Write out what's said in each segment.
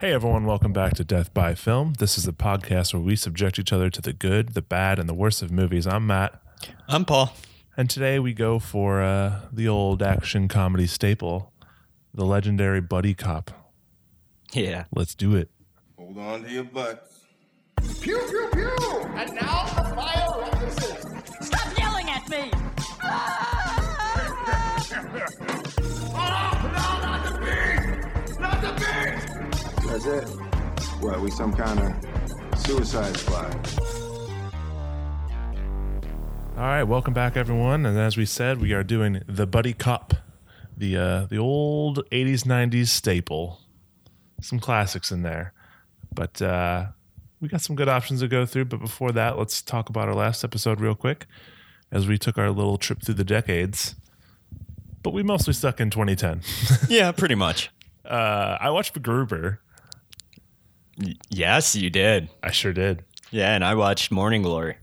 Hey everyone, welcome back to Death by Film. This is a podcast where we subject each other to the good, the bad, and the worst of movies. I'm Matt, I'm Paul. and today we go for uh, the old action comedy staple, the legendary buddy cop. Yeah. Let's do it. Hold on to your butts. Pew, pew, pew! And now the fire rises. Stop yelling at me! Oh, no, not the beast! Not the beast! That's it. What, we some kind of suicide squad? All right, welcome back everyone. And as we said, we are doing the buddy cop, the uh, the old '80s '90s staple. Some classics in there, but uh, we got some good options to go through. But before that, let's talk about our last episode real quick, as we took our little trip through the decades. But we mostly stuck in 2010. Yeah, pretty much. Uh, I watched MacGruber. Yes, you did. I sure did, Yeah, and I watched Morning Glory.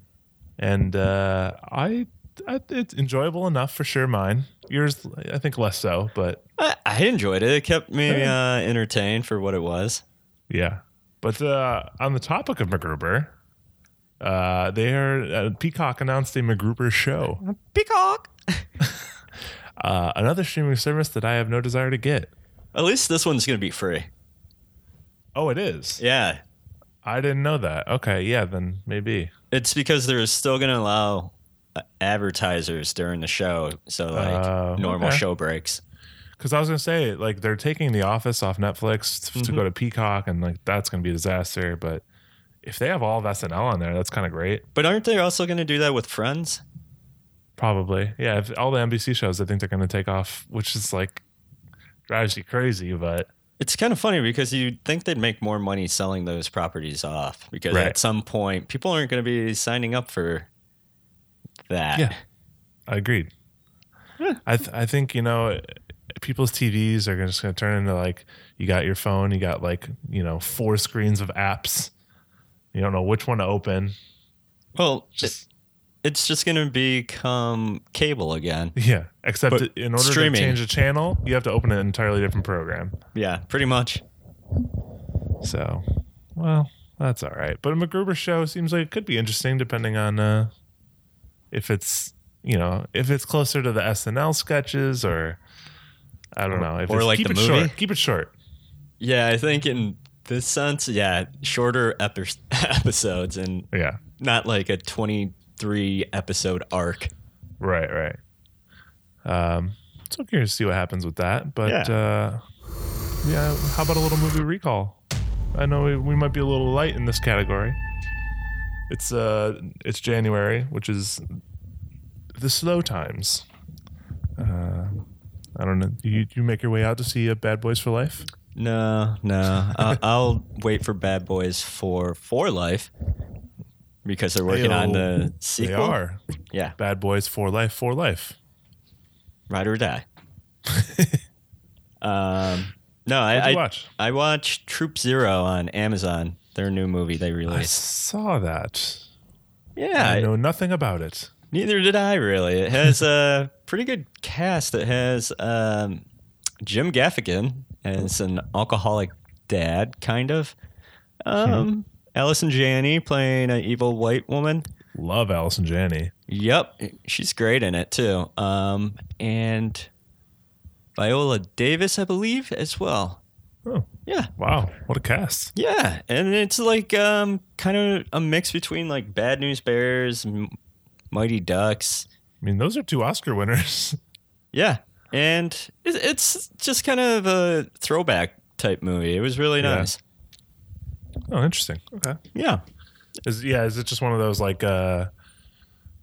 and uh, I, I it's enjoyable enough for sure. Mine, yours, I think less so, but I, I enjoyed it. It kept me uh, entertained for what it was. Yeah. But uh, on the topic of MacGruber, uh, there uh, Peacock announced a MacGruber show, Peacock. uh, another streaming service that I have no desire to get. At least this one's going to be free. Oh, it is. Yeah. I didn't know that. Okay, yeah, then maybe. It's because they're still going to allow uh, advertisers during the show. So, like, Oh, normal okay. show breaks. Because I was gonna say, like, they're taking The Office off Netflix t- to go to Peacock, and like that's gonna be a disaster. But if they have all of SNL on there, that's kind of great. But aren't they also going to do that with Friends? Probably, yeah. If all the NBC shows, I think they're gonna take off, which is like drives you crazy. But It's kind of funny because you'd think they'd make more money selling those properties off because Right. at some point people aren't going to be signing up for that. Yeah, I agreed. I th- I think you know people's TVs are just going to turn into like you got your phone, you got like you know four screens of apps. You don't know which one to open. Well, Just it- it's just going to become cable again. yeah, except But in order streaming. to change a channel, you have to open an entirely different program. Yeah, pretty much. So, well, that's all right. But a MacGruber show seems like it could be interesting, depending on uh, if it's you know if it's closer to the SNL sketches or I don't know. If Or it's- like keep the it movie? short. Keep it short. Yeah, I think in this sense, yeah, shorter epi- episodes and Yeah. not like a 23 episode arc. Right. Right. Um. So curious to see what happens with that, but Yeah. uh, yeah. How about a little movie recall? I know we, we might be a little light in this category. It's uh, it's January, which is the slow times. Uh, I don't know. Do you you make your way out to see a Bad Boys for Life? No, no. I- I'll wait for Bad Boys for for life because they're working on They the sequel. They are Yeah, Bad Boys for Life for Life. ride or die. um, no, I What'd you I, watch? I watched Troop Zero on Amazon. Their new movie they I released. saw that. yeah, I know nothing about it. Neither did I really. It has a pretty good cast. It has um, Jim Gaffigan as an alcoholic dad, kind of. Mm-hmm. Um, Allison Janney playing an evil white woman. Love Allison Janney. Yep, she's great in it too. Um, and Viola Davis, I believe, as well. Oh, Yeah, wow. What a cast. yeah, and it's like um, kind of a mix between like Bad News Bears, M- Mighty Ducks. I mean, those are two Oscar winners. Yeah, and it- it's just kind of a throwback type movie. It was really Yeah. nice. oh, interesting. Okay. Yeah, Is yeah, is it just one of those like uh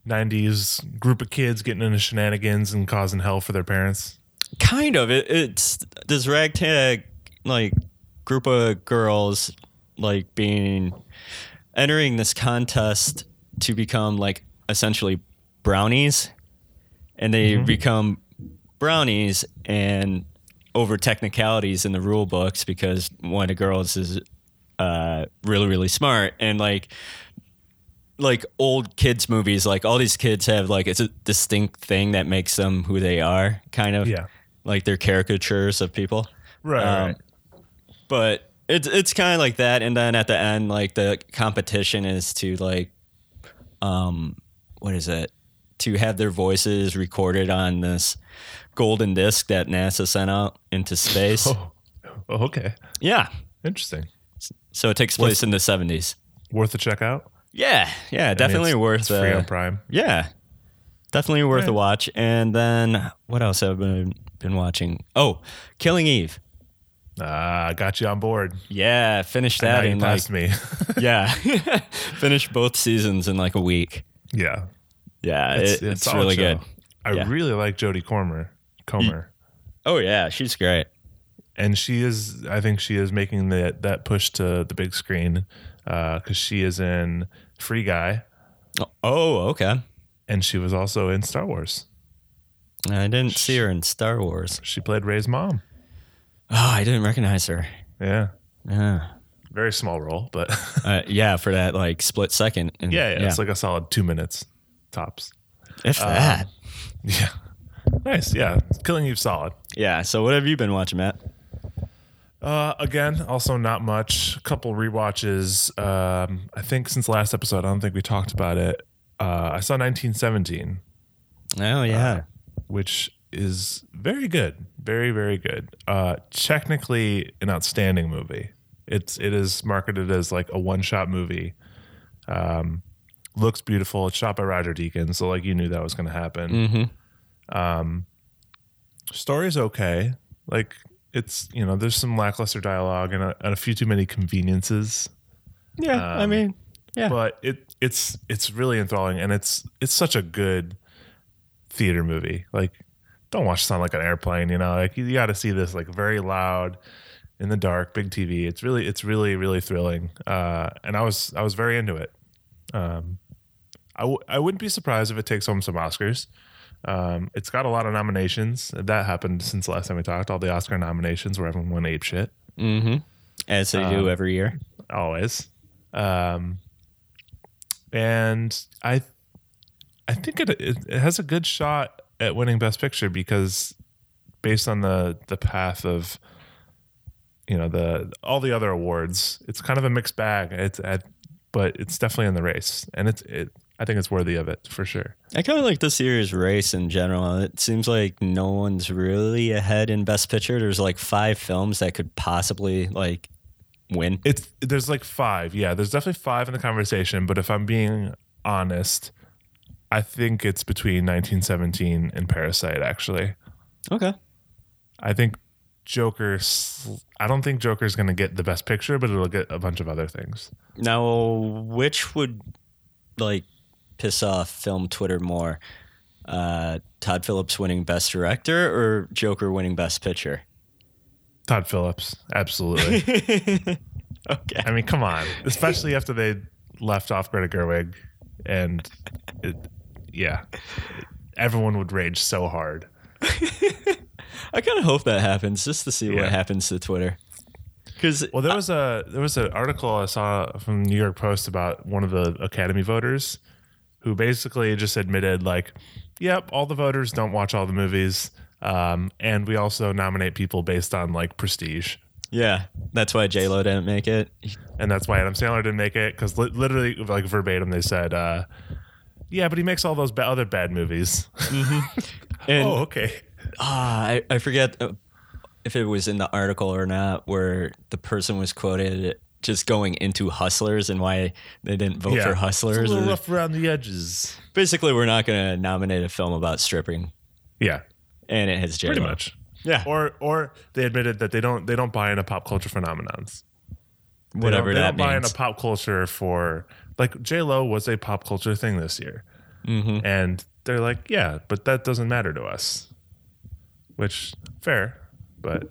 90s group of kids getting into shenanigans and causing hell for their parents? kind of. It, it's this ragtag like group of girls like being entering this contest to become like essentially brownies, and they become brownies and over technicalities in the rule books because one of the girls is uh, really really smart and like like old kids movies like all these kids have like it's a distinct thing that makes them who they are kind of Yeah. like they're caricatures of people Right. Um, but it's it's kind of like that and then at the end like the competition is to like um what is it to have their voices recorded on this golden disc that NASA sent out into space. Oh, oh, okay. Yeah. Interesting. So it takes place in the 70s. Worth a check out. Yeah. Yeah, definitely it's- worth It's free uh, on Prime. Yeah. Definitely worth Yeah. a watch. And then what else have I been, been watching? Oh, Killing Eve. Ah, got you on board. Yeah, finished that now you in like passed me. yeah, finished both seasons in like a week. yeah, Yeah, it- it's, a solid really show. good. I Yeah. really like Jodie Comer. Comer. Oh yeah, she's great. and she is i think she is making that that push to the big screen because she is in free guy Oh okay, and she was also in star wars I didn't see her in Star Wars. she played ray's mom Oh, I didn't recognize her. yeah Yeah, very small role but uh, yeah, for that like split second. And, yeah, yeah, it's uh, like a solid two minutes tops if that. yeah nice yeah killing eve solid Yeah. So what have you been watching, Matt? Uh, again, also not much. A couple rewatches. Um, I think since last episode, I don't think we talked about it. Uh, I saw 1917, Oh Uh, yeah, which is very good, very very good. Uh, technically, an outstanding movie. It's it is marketed as like a one shot movie. Um, looks beautiful. It's shot by Roger Deakins, so like you knew that was going to happen. Mm. Mm-hmm. Um, story's okay. Like it's you know there's some lackluster dialogue and a, and a few too many conveniences yeah. I um, mean, yeah. but it it's it's really enthralling and it's it's such a good theater movie like don't watch this on like an airplane you know like you, got to see this like very loud in the dark big tv it's really it's really really thrilling uh and i was i was very into it um i, w- I wouldn't be surprised if it takes home some oscars um it's got a lot of nominations that happened since last time we talked all the oscar nominations where everyone went ape shit mm-hmm. As they um, do every year. always. Um, and I, I think it, it it has a good shot at winning Best Picture because based on the the path of you know the all the other awards, it's kind of a mixed bag. It's I, but it's definitely in the race, and it's it. I think it's worthy of it for sure. I kind of like this year's race in general. It seems like no one's really ahead in Best Picture. There's like five films that could possibly like win. It's there's like five. Yeah, there's definitely five in the conversation. But if I'm being honest, I think it's between 1917 and Parasite actually. Okay. I think Joker. sl- I don't think Joker's going to get the best picture, but it'll get a bunch of other things. Now, which would like piss off film Twitter more? Uh, Todd Phillips winning Best Director or Joker winning Best Picture? Todd Phillips, absolutely. Okay. I mean, come on. Especially after they left off Greta Gerwig, and it, yeah, everyone would rage so hard. I kind of hope that happens just to see Yeah. what happens to Twitter. Because Well, there was a there was an article I saw from the New York Post about one of the Academy voters who basically just admitted like, "Yep, all the voters don't watch all the movies, um, and we also nominate people based on like prestige." yeah, that's why J Lo didn't make it. and that's why Adam Sandler didn't make it because li- literally, like verbatim, they said, uh, "Yeah, but he makes all those ba- other bad movies." And oh, okay. Ah, I, I forget uh, if it was in the article or not where the person was quoted just going into hustlers and why they didn't vote for It's hustlers. a little rough around the edges. Basically, we're not going to nominate a film about stripping, Yeah, and it has J pretty much. Yeah, Or, or they admitted that they don't they don't buy into pop culture phenomenons. They don't- whatever they that don't buy means. into pop culture for like J Lo was a pop culture thing this year, Mm-hmm. and they're like, yeah, but that doesn't matter to us. Which fair, but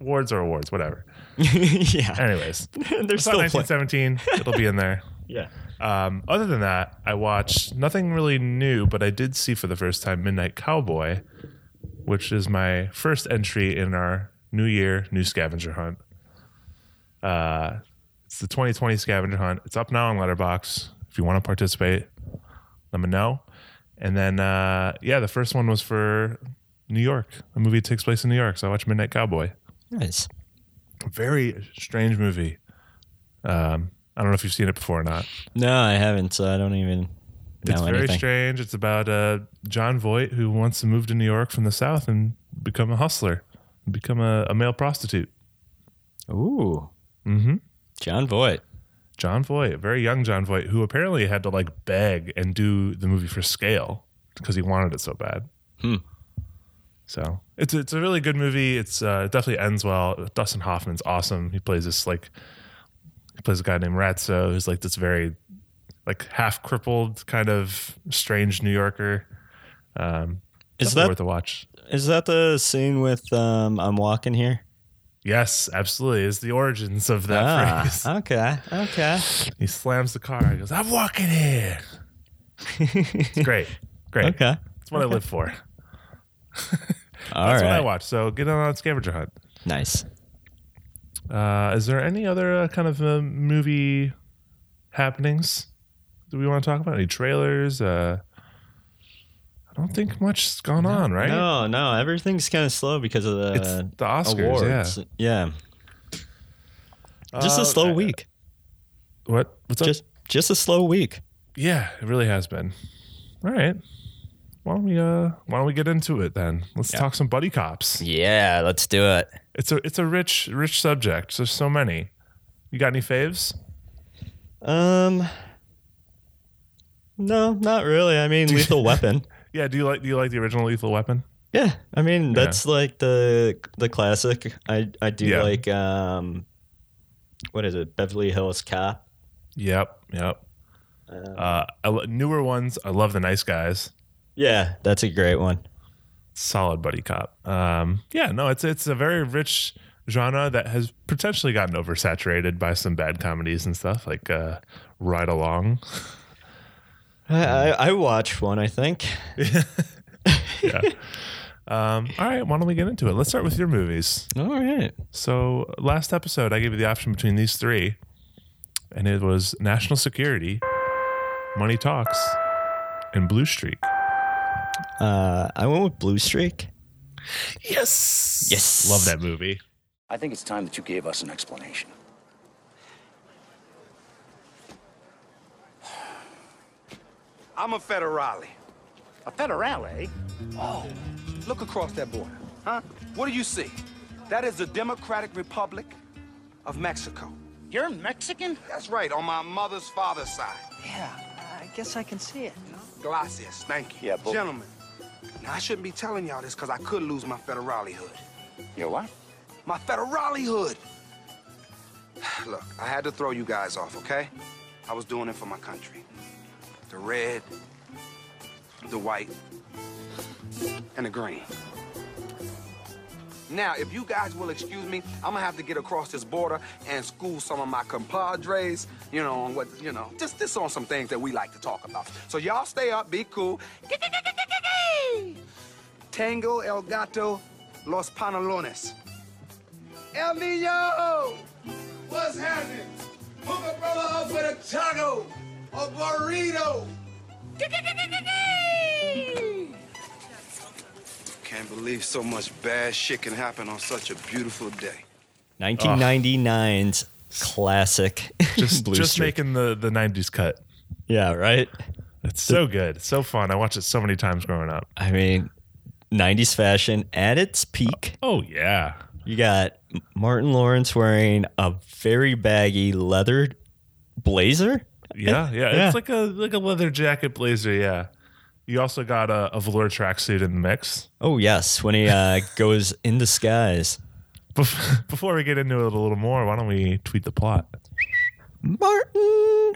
awards are awards, whatever. yeah, Anyways, they're It's not still playing. 1917. It'll be in there. Yeah. Um, other than that, I watched nothing really new, but I did see for the first time Midnight Cowboy, which is my first entry in our new year, new scavenger hunt. Uh, it's the 2020 scavenger hunt. It's up now on Letterbox. If you want to participate, let me know. And then, uh, yeah, the first one was for New York. The movie takes place in New York, so I watched Midnight Cowboy. Nice. Very strange movie. Um, I don't know if you've seen it before or not. No, I haven't. So I don't even know It's very anything. strange. It's about uh, John Voight who wants to move to New York from the South and become a hustler, become a, a male prostitute. Ooh, Mm-hmm. John Voight. John Voight, very young John Voight, who apparently had to like beg and do the movie for scale because he wanted it so bad. Hmm. So it's it's a really good movie. It's uh, it definitely ends well. Dustin Hoffman's awesome. He plays this like he plays a guy named Ratso who's like this very like half crippled kind of strange New Yorker. Um, Is definitely that- worth a watch? Is that the scene with um, I'm walking here? Yes, absolutely. Is the origins of that ah, phrase. okay, okay. He slams the car. He goes, "I'm walking here." It's great, great. Okay. That's what I live for. All right. That's what I watch. So get on Scavenger Hunt. Nice. Uh, is there any other uh, kind of uh, movie happenings that we want to talk about? Any trailers? Uh, I don't think much's gone on, right? No, no, everything's kind of slow because of the, It's the Oscars. awards. Yeah. Yeah. Just Uh, a slow uh, week. What? What's up? Just just a slow week. Yeah, it really has been. All right. Why don't we uh why don't we get into it then? Let's talk some buddy cops. Yeah, let's do it. It's a it's a rich rich subject. There's so many. You got any faves? Um No, not really. I mean, Lethal Weapon. Yeah, do you like do you like the original Lethal Weapon? Yeah, I mean, that's like the the classic. I I do Yeah. like um what is it? Beverly Hills Cop. Yep, yep. Uh, I lo- newer ones, I love the nice guys. Yeah, that's a great one. Solid buddy cop. Um, yeah, no, it's it's a very rich genre that has potentially gotten oversaturated by some bad comedies and stuff like uh, Ride Along. I, I, I watched one, I think. Um, all right, why don't we get into it? Let's start with your movies. All right. So last episode, I gave you the option between these three, and it was National Security, Money Talks, and Blue Streak. Uh, I went with Blue Streak. Yes. Yes. Love that movie. I think it's time that you gave us an explanation. I'm a federale. A federale? Oh, look across that border. Huh? What do you see? That is the Democratic Republic of Mexico. You're Mexican? That's right, on my mother's father's side. Yeah, I guess I can see it. Gracias, thank you. Yeah, but- Gentlemen, now I shouldn't be telling y'all this because I could lose my federale hood. You're what? My federale hood! Look, I had to throw you guys off, okay? I was doing it for my country. The red, the white, and the green. Now, if you guys will excuse me, I'm gonna have to get across this border and school some of my compadres, you know, on what, you know, just this on some things that we like to talk about. So y'all stay up, be cool. Tango El Gato Los Panelones. El Nino! What's happening? Hook a brother up with a taco, a burrito. Can't believe so much bad shit can happen on such a beautiful day. 1999's classic. Just Blue just Streak. making the the '90s cut. Yeah, right? It's so good. It's so fun. I watched it so many times growing up. I mean, 90s fashion at its peak. Oh yeah. You got Martin Lawrence wearing a very baggy leather blazer. Yeah, yeah. Yeah. It's like a like a leather jacket blazer, yeah. You also got a, a velour tracksuit in the mix. Oh, yes, when he uh, goes in disguise. Bef- Before we get into it a little more, why don't we tweet the plot? Martin,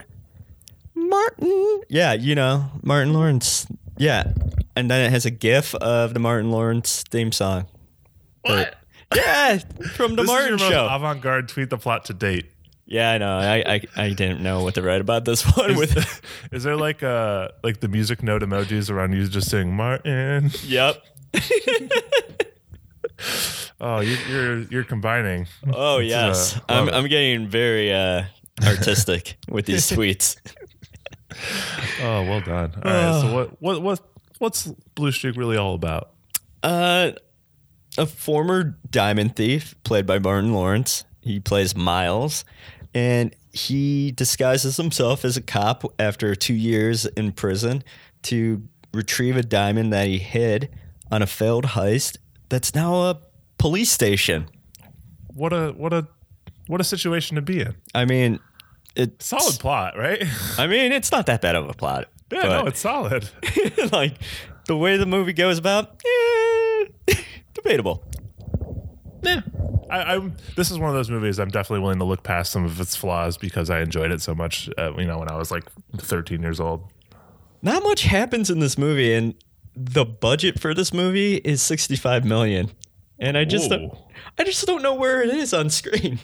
Martin. Yeah, you know, Martin Lawrence. Yeah. And then it has a gif of the Martin Lawrence theme song. What? yeah, from the this Martin is your Show. most avant-garde tweet the plot to date. yeah, I know. I, I I didn't know what to write about this one with. Is there like uh like the music note emojis around you just saying Martin? yep. Oh, you, you're you're combining. Oh This is, yes, uh, I'm love I'm getting very uh, artistic with these tweets. Oh, well done. All right. So what what what what's Blue Streak really all about? Uh, a former diamond thief played by Martin Lawrence. He plays Miles, and he disguises himself as a cop after two years in prison to retrieve a diamond that he hid on a failed heist that's now a police station. What a what a what a situation to be in. I mean, it's Solid plot, right? I mean, it's not that bad of a plot. Yeah, but- no, it's solid. like the way the movie goes about, eh, debatable. Yeah. I, I'm. This is one of those movies I'm definitely willing to look past some of its flaws because I enjoyed it so much. Uh, you know, when I was like 13 years old. Not much happens in this movie, and the budget for this movie is sixty-five million, and I just don't, Whoa. I just don't know where it is on screen.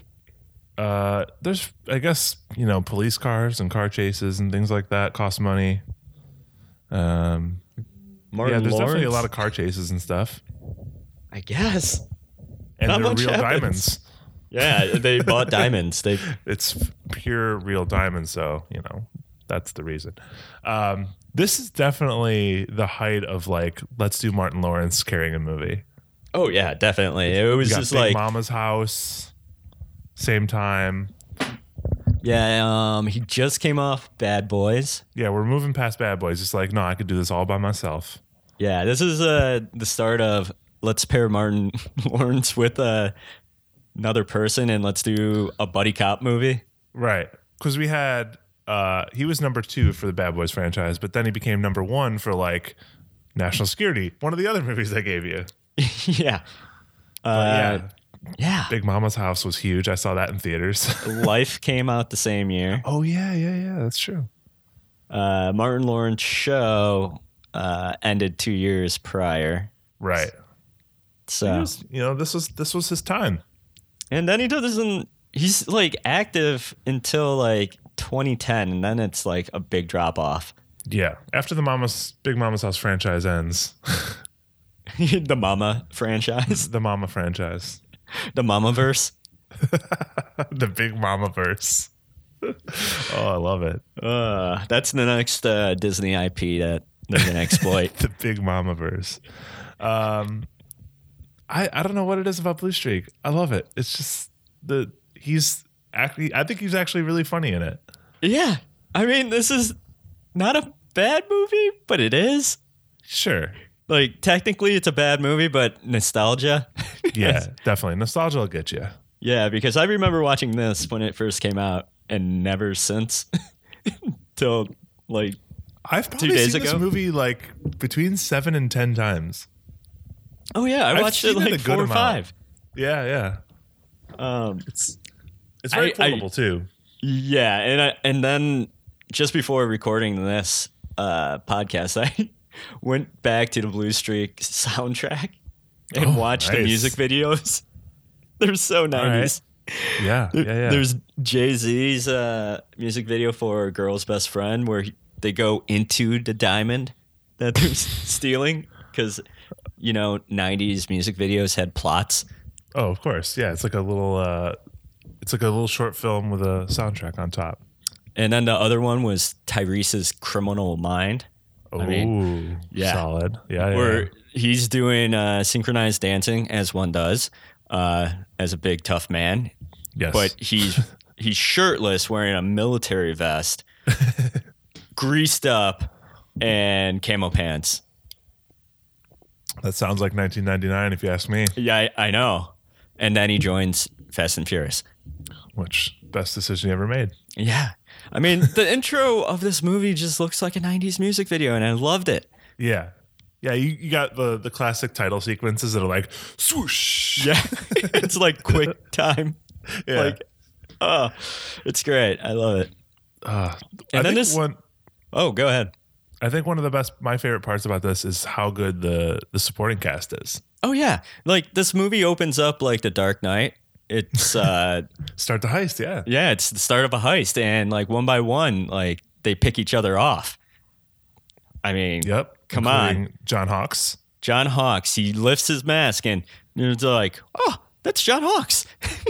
Uh, there's, I guess, you know, police cars and car chases and things like that cost money. Um, Martin yeah, there's Lawrence, definitely a lot of car chases and stuff, I guess. and Not they're much real happens. diamonds. Yeah, they bought diamonds. They It's f- pure real diamonds, so you know that's the reason. Um, this is definitely the height of like, let's do Martin Lawrence carrying a movie. oh yeah, definitely. It was We got just Big like Mama's house, same time. yeah, um, he just came off Bad Boys. Yeah, we're moving past Bad Boys. It's like, no, I could do this all by myself. Yeah, this is uh, the start of let's pair Martin Lawrence with uh, another person and let's do a buddy cop movie. Right. Because we had, uh, he was number two for the Bad Boys franchise, but then he became number one for like National Security, one of the other movies I gave you. yeah. But Uh, yeah, yeah. Big Mama's House was huge. I saw that in theaters. Life came out the same year. oh, yeah, yeah, yeah. That's true. Uh, Martin Lawrence show uh, ended two years prior. Right. He So was- you know, this was this was his time. and then he doesn't he's like active until like 2010 and then it's like a big drop off. Yeah. After the Mama's Big Mama's House franchise ends, the mama franchise, the Mama franchise, the mama verse. the Big Mama verse. oh, I love it. Uh, that's the next uh, Disney IP that they're gonna exploit. the big mama verse. Um, I I don't know what it is about Blue Streak. I love it. It's just the he's actually I think he's actually really funny in it. yeah, I mean this is not a bad movie, but it is. Sure. Like technically, it's a bad movie, but nostalgia. Yeah, definitely. Nostalgia will get you. yeah, because I remember watching this when it first came out, and never since till like I've probably days seen this ago? movie like between seven and ten times. oh yeah, I I've watched seen it it a like good four or amount. five. Yeah, yeah. Um, It's very I- I- quotable too. Yeah, and I, and then just before recording this uh, podcast, I went back to the Blue Streak soundtrack and Oh, watched the nice. music videos. They're so nineties. Yeah, yeah, yeah. There's Jay Z's uh, music video for "Girl's Best Friend" where he, they go into the diamond that they're s- stealing because you know '90s music videos had plots. oh, of course. Yeah, it's like a little uh, it's like a little short film with a soundtrack on top. And then the other one was Tyrese's "Criminal Mind." Oh, mean, yeah. solid. Yeah, yeah. where he's doing uh, synchronized dancing as one does uh, as a big tough man, yes. but he's he's shirtless, wearing a military vest, greased up, and camo pants. That sounds like 1999, if you ask me. Yeah, I, I know. And then he joins Fast and Furious. Which best decision you ever made? Yeah, I mean the intro of this movie just looks like a '90s music video, and I loved it. Yeah, yeah. You, you got the the classic title sequences that are like swoosh. Yeah, it's like quick time. Yeah. Like, oh, it's great. I love it. Ah, I and then think this- one. Oh, go ahead. I think one of the best, my favorite parts about this is how good the the supporting cast is. Oh yeah, like this movie opens up like The Dark Knight. It's uh Start the heist, yeah. yeah, it's the start of a heist and like one by one like they pick each other off. I mean, Yep. Come on. Including John Hawks. John Hawks, he lifts his mask and it's like, "Oh, that's John Hawks."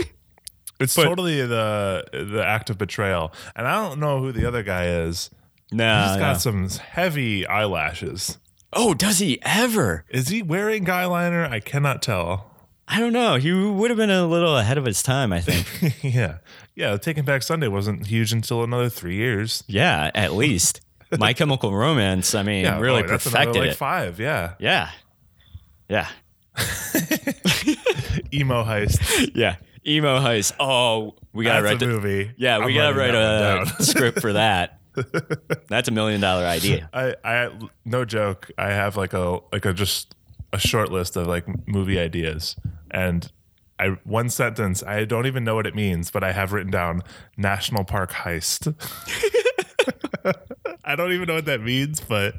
It's totally the the act of betrayal, and I don't know who the other guy is. Nah. He's nah. got some heavy eyelashes. oh, does he ever? Is he wearing guy liner? I cannot tell. I don't know. He would have been a little ahead of his time, I think. yeah. Yeah. Taking Back Sunday wasn't huge until another three years. yeah, at least. My Chemical Romance, I mean, Yeah. really oh, that's another, perfected like it. five. Yeah. yeah. Yeah. Emo heist. Yeah. Emo Heist. Oh, we got to That's write a the movie. Yeah, I'm we got to write writing that one a down. script for that. That's a million dollar idea. I, I no joke. I have like a like a just a short list of like movie ideas, and I one sentence. I don't even know what it means, but I have written down national park heist. I don't even know what that means, but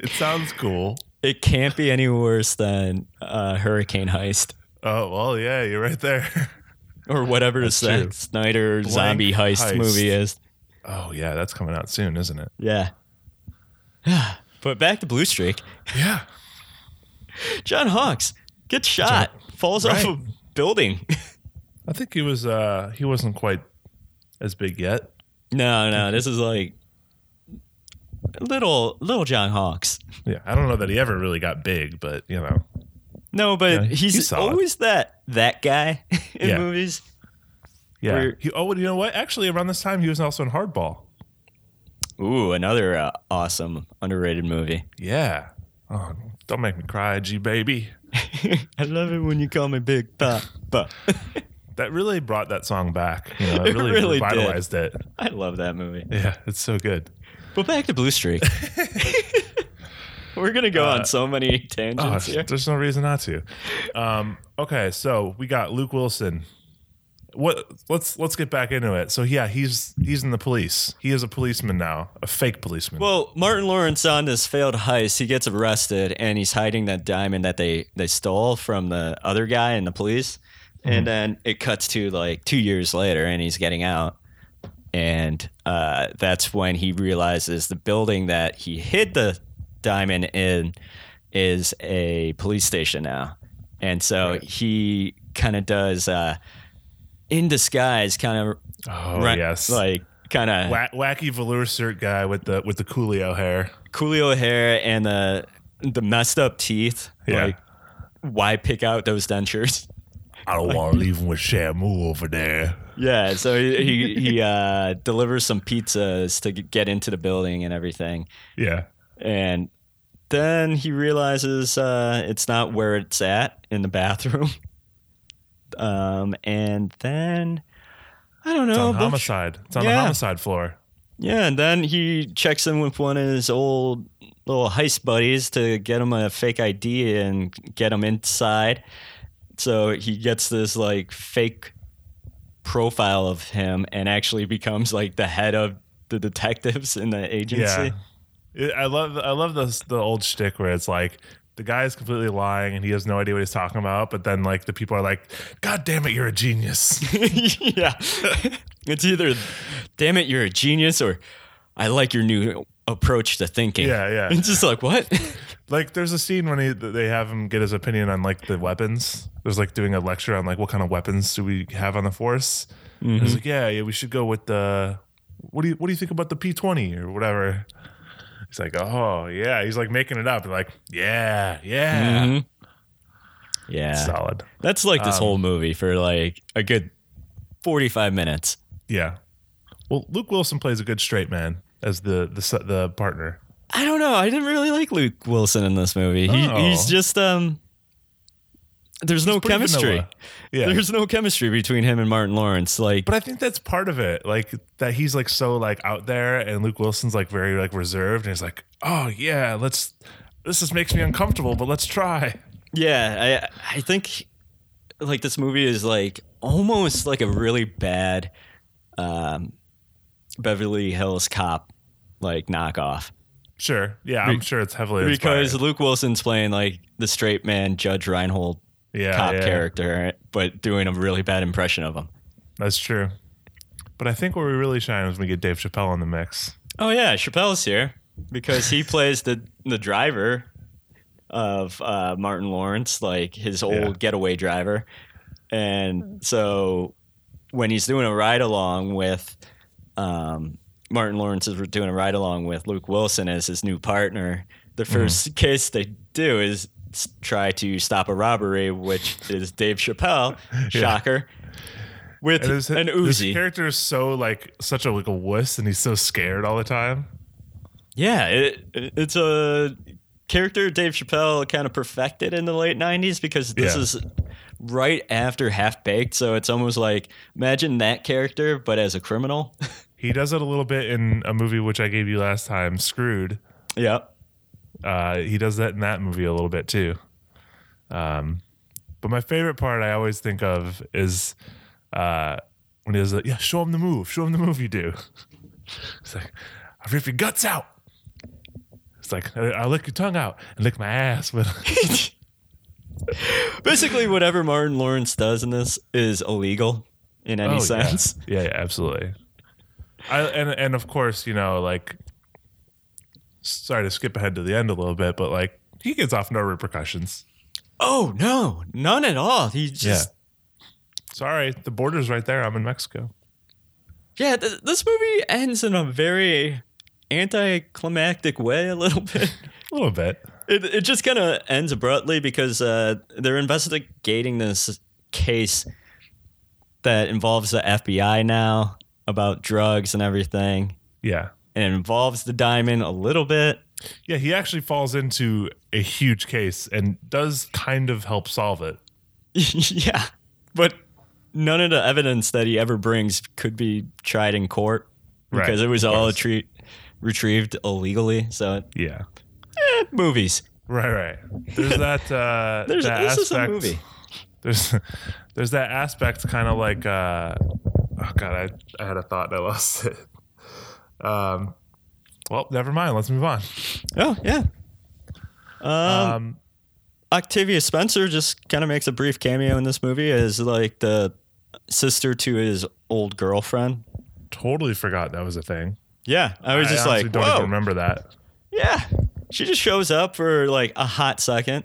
it sounds cool. It can't be any worse than uh, Hurricane Heist Oh well, yeah, you're right there. or whatever the Zack true. Snyder zombie heist, heist. movie is. Oh yeah, that's coming out soon, isn't it? Yeah. but back to Blue Streak. Yeah, John Hawks gets shot, falls off Right. a building. I think he was. uh He wasn't quite as big yet. no, no, this is like little little John Hawks. Yeah, I don't know that he ever really got big, but you know, No, but Yeah, he's he's solid. always that that guy in Yeah. movies. Yeah. Where- he, oh, you know what? Actually, around this time, he was also in Hardball. Ooh, another uh, awesome underrated movie. Yeah. Oh, don't make me cry, G baby. I love it when you call me Big Papa. That really brought that song back. You know, it It really, really did. revitalized it. I love that movie. Yeah, it's so good. But back to Blue Streak. Uh, We're gonna go on so many Oh, tangents here. there's no reason not to. Um, okay, so we got Luke Wilson. What? Let's let's get back into it. So yeah, he's he's in the police. He is a policeman now, a fake policeman. Well, Martin Lawrence on this failed heist, he gets arrested and he's hiding that diamond that they they stole from the other guy and the police. Mm-hmm. And then it cuts to like two years later, and he's getting out. And uh, that's when he realizes the building that he hid the diamond in is a police station now. And so he kind of does uh, in disguise, kind of oh yes, like kind of Wa- wacky velour suit guy with the with the Coolio hair. Coolio hair and the the messed up teeth. Yeah. Like, why pick out those dentures? I don't want to leave him with Shamu over there. Yeah, so he he, he uh, delivers some pizzas to g- get into the building and everything, Yeah. and then he realizes uh, it's not where it's at in the bathroom. Um, and then I don't know. It's on Oh, but- homicide. It's on the Yeah. homicide floor. Yeah, and then he checks in with one of his old little heist buddies to get him a fake ID and get him inside. So he gets this like fake profile of him and actually becomes like the head of the detectives in the agency. It- I love I love this the old shtick where it's like the guy is completely lying and he has no idea what he's talking about, but then like the people are like, God damn it, you're a genius. yeah. it's either damn it, you're a genius or I like your new approach to thinking. Yeah, yeah. It's just like what? like there's a scene when he they have him get his opinion on like the weapons. There's like doing a lecture on like what kind of weapons do we have on the force. Mm-hmm. And It's like, yeah, yeah, we should go with the what do you what do you think about the P twenty or whatever? He's like, oh yeah. He's like making it up. Like, yeah, yeah. Mhm. Yeah. Solid. That's like Um, this whole movie for like a good 45 minutes. Yeah. Well, Luke Wilson plays a good straight man as the the se- the partner. I don't know. I didn't really like Luke Wilson in this movie. He, Oh. He's just um there's no Pretty chemistry. vanilla. Yeah. There's no chemistry between him and Martin Lawrence. Like but I think that's part of it. Like that he's like so like out there and Luke Wilson's like very like reserved and he's like, "Oh yeah, let's this just makes me uncomfortable, but let's try." yeah, I I think like this movie is like almost like a really bad um Beverly Hills cop like knockoff. Sure. Yeah, I'm Be- sure it's heavily Because inspired. Luke Wilson's playing like the straight man Judge Reinhold yeah, cop yeah, character, but doing a really bad impression of him. That's true. But I think where we really shine is when we get Dave Chappelle in the mix. Oh yeah, Chappelle's here because he plays the the driver of uh, Martin Lawrence, like his old Yeah. getaway driver, and so when he's doing a ride along with um, Martin Lawrence is Mm-hmm. doing a ride along with Luke Wilson as his new partner. The 1st case they do is s- try to stop a robbery, which is Dave Chappelle, shocker, with And his, an his Uzi. character is so like such a like a wuss, and he's so scared all the time. Yeah, it, it's a character Dave Chappelle kind of perfected in the late 90s because this Yeah. is right after Half Baked. So it's almost like imagine that character, but as a criminal. He does it a little bit in a movie which I gave you last time, Screwed. yep. Uh, he does that in that movie a little bit too. Um, but my favorite part I always think of is uh, when he was like, "Yeah, show him the move. Show him the move you do." It's like, "I rip your guts out." It's like, "I I lick your tongue out and lick my ass with." Basically, whatever Martin Lawrence does in this is illegal in Oh, any yeah. sense. Yeah, yeah, absolutely. I and and of course, you know, like sorry to skip ahead to the end a little bit, but like he gets off no repercussions. Oh, no, none at all. He just, Sorry, the border's right there. I'm in Mexico. yeah, th- this movie ends in a very anticlimactic way, a little bit. A little bit. it, it just kind of ends abruptly because uh, they're investigating this case that involves the FBI now about drugs and everything. Yeah. And it involves the diamond a little bit. Yeah, he actually falls into a huge case and does kind of help solve it. yeah. But none of the evidence that he ever brings could be tried in court Right, because it was of all course. tre- retrieved illegally. So, Yeah. eh, movies. Right, right. There's that uh There's, that this aspect. is a movie. There's there's that aspect kind of like uh oh god, I, I had a thought and I lost it. Um well, never mind. Let's move on. Oh, yeah. Um, Octavia Spencer just kind of makes a brief cameo in this movie as like the sister to his old girlfriend. totally forgot that was a thing. Yeah, I was just honestly like, don't whoa, even remember that. yeah. She just shows up for like a hot second.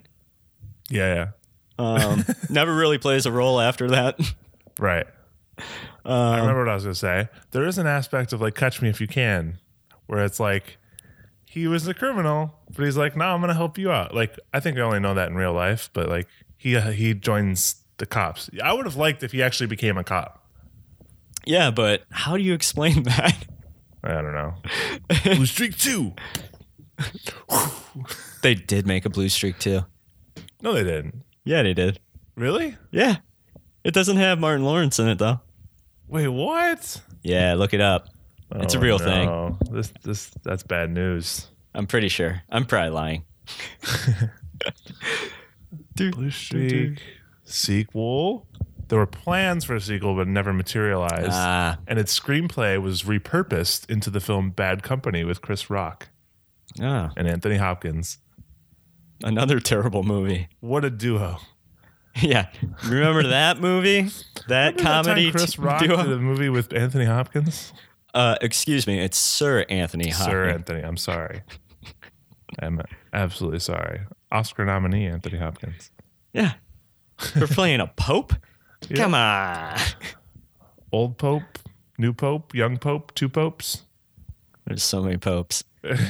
Yeah, yeah. Um, never really plays a role after that. Right. Um, I remember what I was going to say. There is an aspect of like Catch Me If You Can where it's like he was the criminal, but he's like, "No, I'm going to help you out." Like I think I only know that in real life, but like he uh, he joins the cops. I would have liked if he actually became a cop. yeah, but how do you explain that? I don't know. Blue Streak 2. They did make a blue streak too. No, they didn't. Yeah, they did. Really? Yeah. It doesn't have Martin Lawrence in it though. Wait, what? Yeah, look it up. It's a Oh, real thing. no. This this that's bad news. I'm pretty sure. I'm probably lying. Blue Streak sequel. There were plans for a sequel, but never materialized. Ah. and its screenplay was repurposed into the film Bad Company with Chris Rock Oh, and Anthony Hopkins. another terrible movie. What a duo! Yeah. Remember that movie? That Remember that time comedy Chris t- Rock did a duo? movie with Anthony Hopkins. Uh, excuse me, it's Sir Anthony Sir Hopkins. Anthony, I'm sorry. I'm absolutely sorry. Oscar nominee Anthony Hopkins. Yeah. We're playing a pope? Come on. Old Pope, new Pope, young Pope, two popes. There's so many popes. Lots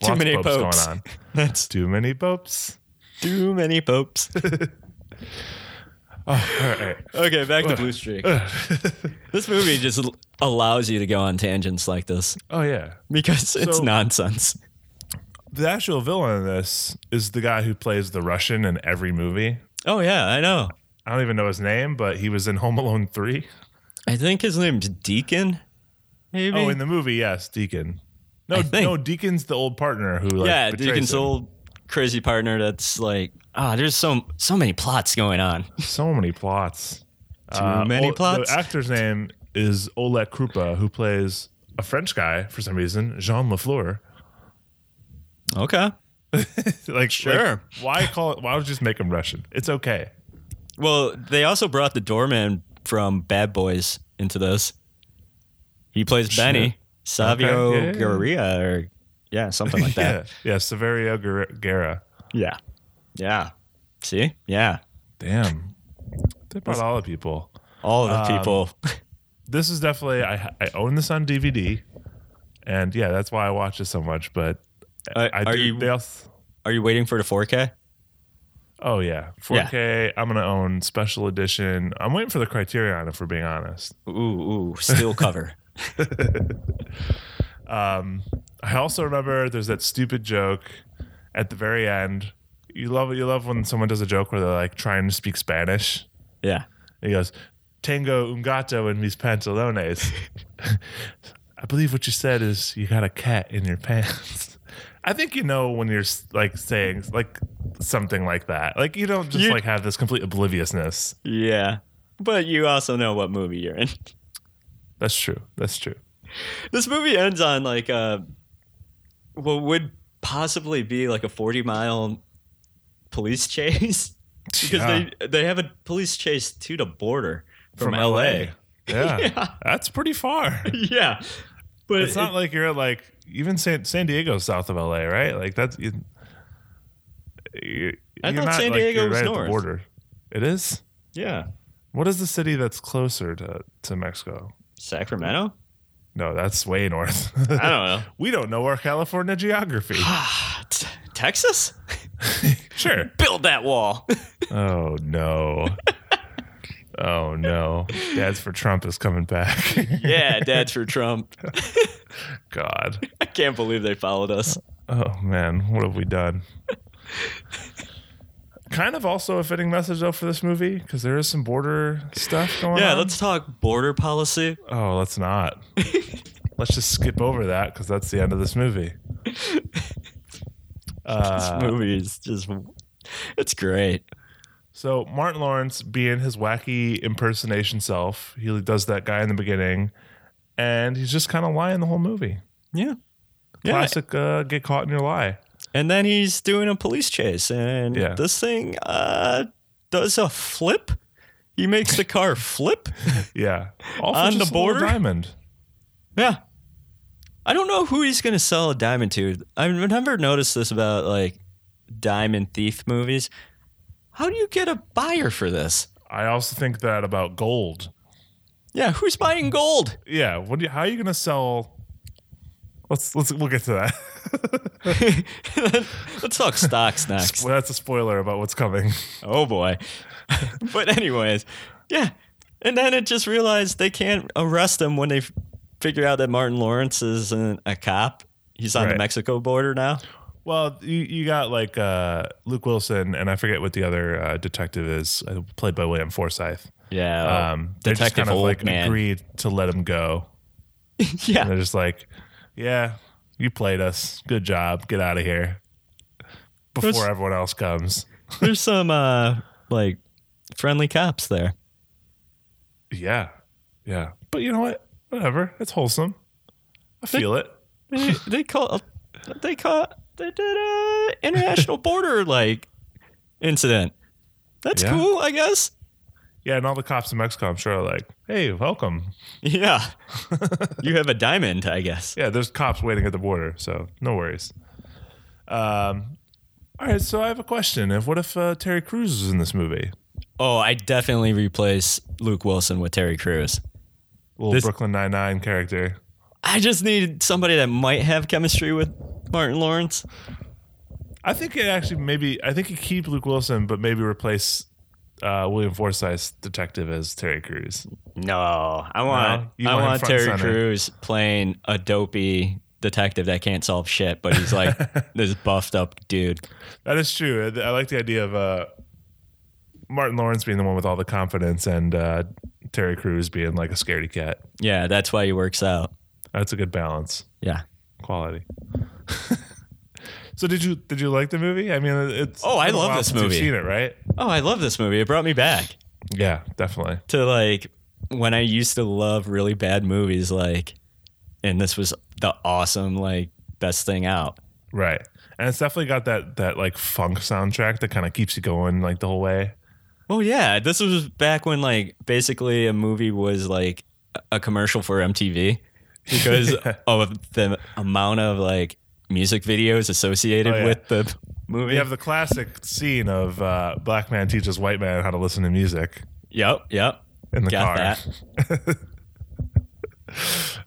too of many popes popes. going on. That's Too many popes. too many popes. All right. Okay, back to Blue Streak. this movie just l- allows you to go on tangents like this Oh yeah. because it's So- nonsense. The actual villain in this is the guy who plays the Russian in every movie. Oh, yeah, I know. I don't even know his name, but he was in Home Alone 3. I think his name's Deacon, maybe? Oh, in the movie, yes, Deacon. No, I think. no, Deacon's the old partner who like yeah, betrays Deacon's him. old crazy partner that's like, ah, there's so, so many plots going on. So many plots. Too many Ol- plots. The actor's name is Oleg Krupa, who plays a French guy for some reason, Jean Lafleur. Okay. Like Sure. like, why call it? Why don't you just make him Russian? It's okay. Well, they also brought the doorman from Bad Boys into this. He plays Benny Savio Okay, yeah. Guerrilla, or yeah, something like Yeah, that. yeah. Severio Guer- Guerra. yeah. yeah, See, yeah, Damn, they brought all the people. all of Um, the people. this is definitely I I own this on DVD, and yeah, that's why I watch it so much. But Are- I Uh, are do, you they also, are you waiting for the 4K? Oh yeah, 4K. I'm gonna own special edition. I'm waiting for the Criterion, if we're being honest. Ooh, ooh, steel cover. I also remember there's that stupid joke at the very end. You love you love when someone does a joke where they're like trying to speak Spanish. Yeah. And he goes, Tango un gato en mis pantalones. I believe what you said is you got a cat in your pants. I think you know when you're like saying like something like that. Like you don't just You- like have this complete obliviousness. Yeah. But you also know what movie you're in. That's true. That's true. this movie ends on like a what would possibly be like a 40 mile police chase because they they have a police chase to the border from, LA. Yeah. That's pretty far. Yeah. But It's not it- like you're at like even San San Diego's south of LA, right? Like that's you, you- I you're thought not, San like, Diego you're was right At north. the border. It is. yeah. What is the city that's closer to, to Mexico? Sacramento? No, that's way north. I don't know. we don't know our California geography. Ah, T- Texas? sure. Build that wall. Oh no. Oh no. Dad's for Trump is coming back. yeah, dad's for Trump. God. I can't believe they followed us. Oh man, what have we done? kind of also a fitting message though for this movie because there is some border stuff going on. Yeah, let's talk border policy. Oh, let's not. let's just skip over that because that's the end of this movie. This movie is just it's great. So Martin Lawrence being his wacky impersonation self, he does that guy in the beginning, and he's just kind of lying the whole movie. Yeah. Yeah, Classic, uh, get caught in your lie. And then he's doing a police chase, and Yeah. this thing uh, does a flip. He makes the car flip. Yeah, all for On the just a little border? diamond. Yeah. I don't know who he's going to sell a diamond to. I've never noticed this about like diamond thief movies. How do you get a buyer for this? I also think that about gold. Yeah, who's buying gold? yeah what do you, how are you gonna sell let's let's we'll get to that Let's talk stocks next. well that's a spoiler about what's coming Oh boy. but anyways, yeah. And then it just realized they can't arrest him when they f- figure out that Martin Lawrence isn't a cop. He's on the Right. Mexico border now. well you, you got like uh luke wilson and i forget what the other uh, detective is uh, played by william forsyth Yeah. um they just Detective kind of Old like Man. agreed to let him go and yeah. they're just like yeah you played us good job get out of here before There's- everyone else comes There's some uh like friendly cops there. yeah yeah but you know what whatever it's wholesome i feel it They, they call they caught they did a international border like incident. That's Yeah. cool, I guess. Yeah, and all the cops in Mexico, I'm sure, are like, "Hey, welcome." Yeah. you have a diamond, I guess. Yeah, there's cops waiting at the border, so no worries. Um, all right, so I have a question: If what if uh, Terry Crews is in this movie? Oh, I definitely replace Luke Wilson with Terry Crews. Little This- Brooklyn Nine Nine character. I just need somebody that might have chemistry with Martin Lawrence. I think it actually maybe I think you keep Luke Wilson, but maybe replace uh, William Forsythe's detective as Terry Crews. No, I want you I want him front want and Terry center. Crews playing a dopey detective that can't solve shit, but he's like this buffed up dude. That is true. I I like the idea of uh, Martin Lawrence being the one with all the confidence and uh, Terry Crews being like a scaredy cat. Yeah, that's why he works out. That's a good balance. Yeah. quality. so did you did you like the movie? I mean, it's Oh, I been a love while this since you've movie. seen it, right? Oh, I love this movie. It brought me back Yeah, definitely. to like when I used to love really bad movies like and this was the awesome like best thing out. Right, and it's definitely got that that like funk soundtrack that kind of keeps you going like the whole way. Well, yeah, this was back when like basically a movie was like a commercial for MTV because of the amount of like music videos associated Oh, yeah. with the movie. We have the classic scene of uh, black man teaches white man how to listen to music yep, yep. in the car. Got that. Uh,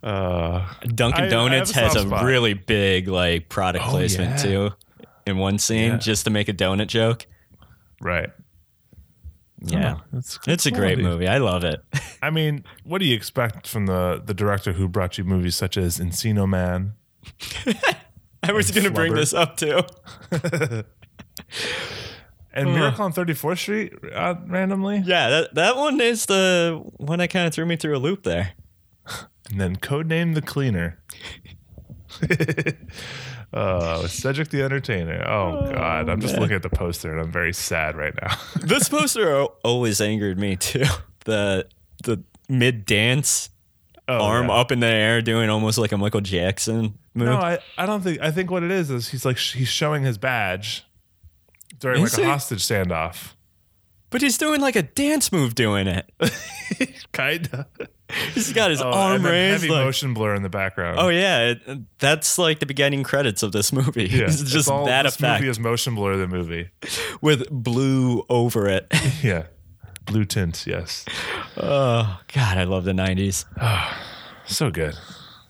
I- I Dunkin' have Donuts a soft has a spot. really big like product Oh, placement yeah. too in one scene Yeah. just to make a donut joke. Right. Yeah. Oh, that's good It's a great quality. movie. I love it. I mean, what do you expect from the the director who brought you movies such as Encino Man? I was And going to bring Flubber. this up too. And Miracle on 34th Street uh, randomly, Yeah, that, that one is the one that kind of threw me through a loop there. and then codename the Cleaner. Oh, Cedric the Entertainer. Oh, God, I'm just looking at the poster and I'm very sad right now. This poster al- always angered me too. The the mid dance Oh, arm yeah. up in the air doing almost like a Michael Jackson move. No, I, I don't think. I think what it is is he's like sh- he's showing his badge during Is like a he? hostage standoff. but he's doing like a dance move doing it. Kinda. He's got his Oh, arm and then raised. Heavy like- motion blur in the background. oh yeah, it, that's like the beginning credits of this movie. Yeah, it's just all, that this effect movie is motion blur. The movie, with blue over it. yeah, blue tint. Yes, oh God, I love the '90s. so good.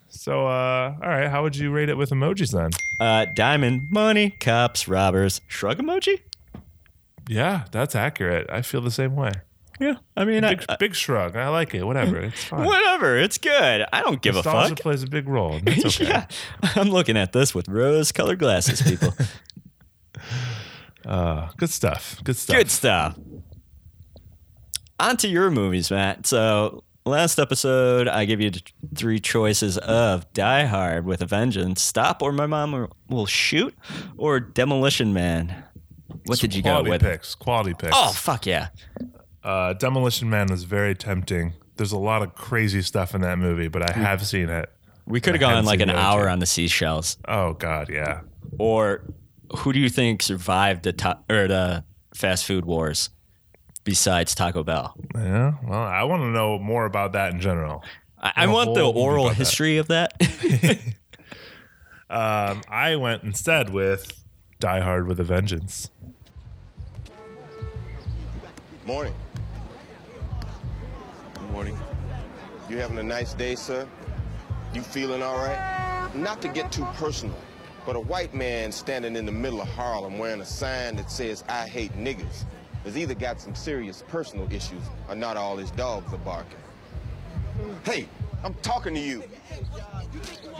So, uh, all right, how would you rate it with emojis then? Uh, diamond, money, cops, robbers, shrug emoji. Yeah, that's accurate. I feel the same way. Yeah, I mean, I, Big, big shrug. I like it. Whatever. It's fine. Uh, whatever. It's good. I don't give Nostalgia a fuck. plays a big role. and That's okay. yeah, I'm looking at this with rose-colored glasses, people. Uh, good stuff. Good stuff. Good stuff. On to your movies, Matt. So last episode, I gave you th- three choices of Die Hard with a Vengeance, Stop or My Mom Will Shoot, or Demolition Man. What did you go Quality with? picks. Quality picks. Oh fuck yeah! Uh, Demolition Man was very tempting. There's a lot of crazy stuff in that movie, but I have seen it. We could have I gone haven't like seen an the other hour two. on the seashells. Oh God, yeah. Or who do you think survived the to- or the fast food wars besides Taco Bell? Yeah. Well, I want to know more about that in general. I, I a want the whole movie oral about that. history of that. Um, I went instead with Die Hard with a Vengeance. Morning. Morning. You having a nice day, sir? You feeling all right? Not to get too personal, but a white man standing in the middle of Harlem wearing a sign that says, I hate niggas, has either got some serious personal issues or not all his dogs are barking. Hey, I'm talking to you.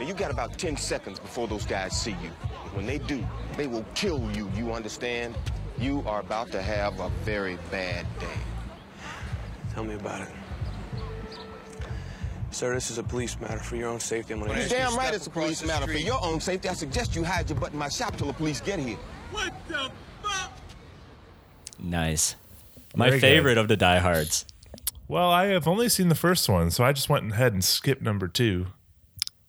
Now, you got about 10 seconds before those guys see you. When they do, they will kill you, you understand? You are about to have a very bad day. Tell me about it. Sir, this is a police matter. For your own safety, I'm gonna You ask you to damn step right it's a across police the matter. For street. your own safety, I suggest you hide your butt in my shop till the police get here. nice. My Very good. favorite of the Die Hards. Well, I have only seen the first one, so I just went ahead and skipped number two.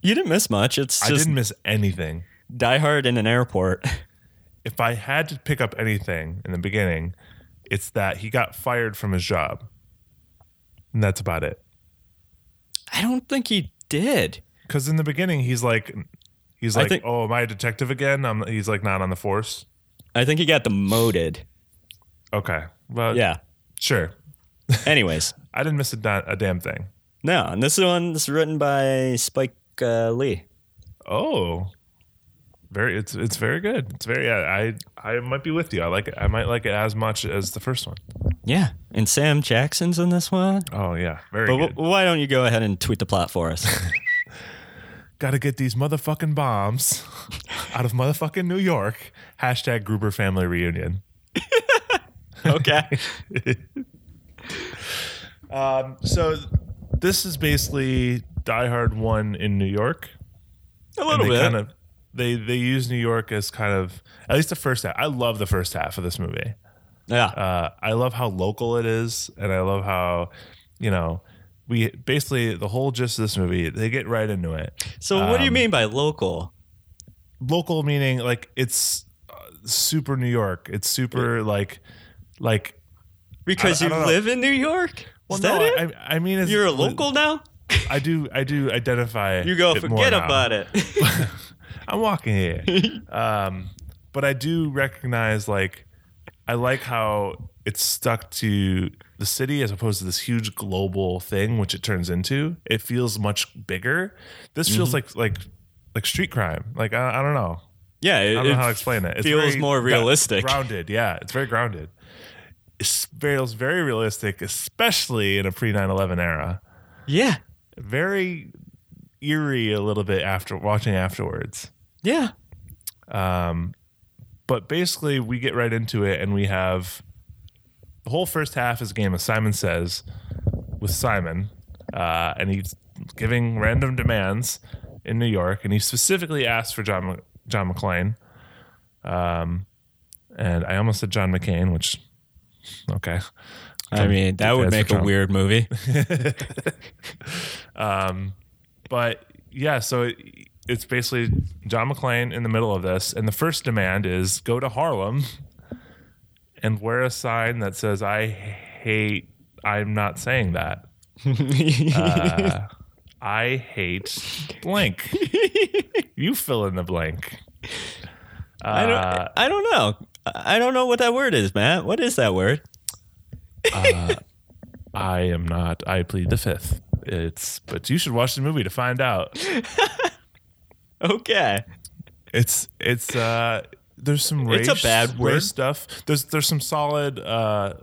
You didn't miss much. It's I just didn't miss anything. Die Hard in an airport. If I had to pick up anything in the beginning, it's that he got fired from his job, and that's about it. I don't think he did. Because in the beginning, he's like, he's I like, think- oh, am I a detective again? I'm, he's like, not on the force. I think he got demoted. Okay. Well, Yeah. sure. Anyways, I didn't miss a, da- a damn thing. no. And this one's written by Spike uh, Lee. Oh, very. It's it's very good. It's very. I I, I might be with you. I like it. I might like it as much as the first one. Yeah. And Sam Jackson's in this one. Oh yeah, very But good. w- why don't you go ahead and tweet the plot for us? Got to get these motherfucking bombs out of motherfucking New York. Hashtag Gruber family reunion. okay. Um, So this is basically Die Hard one in New York. A and little they bit. Kind of, they they use New York as kind of at least the first half. I love the first half of this movie. yeah. Uh, I love how local it is, and I love how you know we basically the whole gist of this movie. They get right into it. so what um, do you mean by local? Local meaning like it's uh, super New York. It's super like like. Because I you don't know. live in New York? Well, Is no, that it? I, I I mean, it's, You're a local now? I do. I do identify. You go, it more forget now. about it. I'm walking here. um, but I do recognize like I like how it's stuck to the city as opposed to this huge global thing which it turns into. It feels much bigger. This feels Mm-hmm. like like like street crime. Like I, I don't know. yeah. It, I don't know it how to explain it. It's feels very more got- realistic. Grounded, yeah. It's very grounded. is- feels very realistic, especially in a pre 9 11 era. Yeah. Very eerie a little bit after watching afterwards. Yeah. But basically, we get right into it, and we have the whole first half is a game of Simon Says with Simon, uh, and he's giving random demands in New York, and he specifically asked for John Mc- John McClane. Um, and I almost said John McCain, which okay. I mean, that That's would make the a Trump. weird movie. but yeah, so it, it's basically John McClane in the middle of this, and the first demand is go to Harlem and wear a sign that says "I hate." I'm not saying that. Uh, I hate blank. you fill in the blank. I don't. I don't know. I don't know what that word is, Matt. What is that word? I am not. I plead the fifth. It's but you should watch the movie to find out. Okay. It's it's uh there's some race, It's a bad word. race stuff. There's there's some solid uh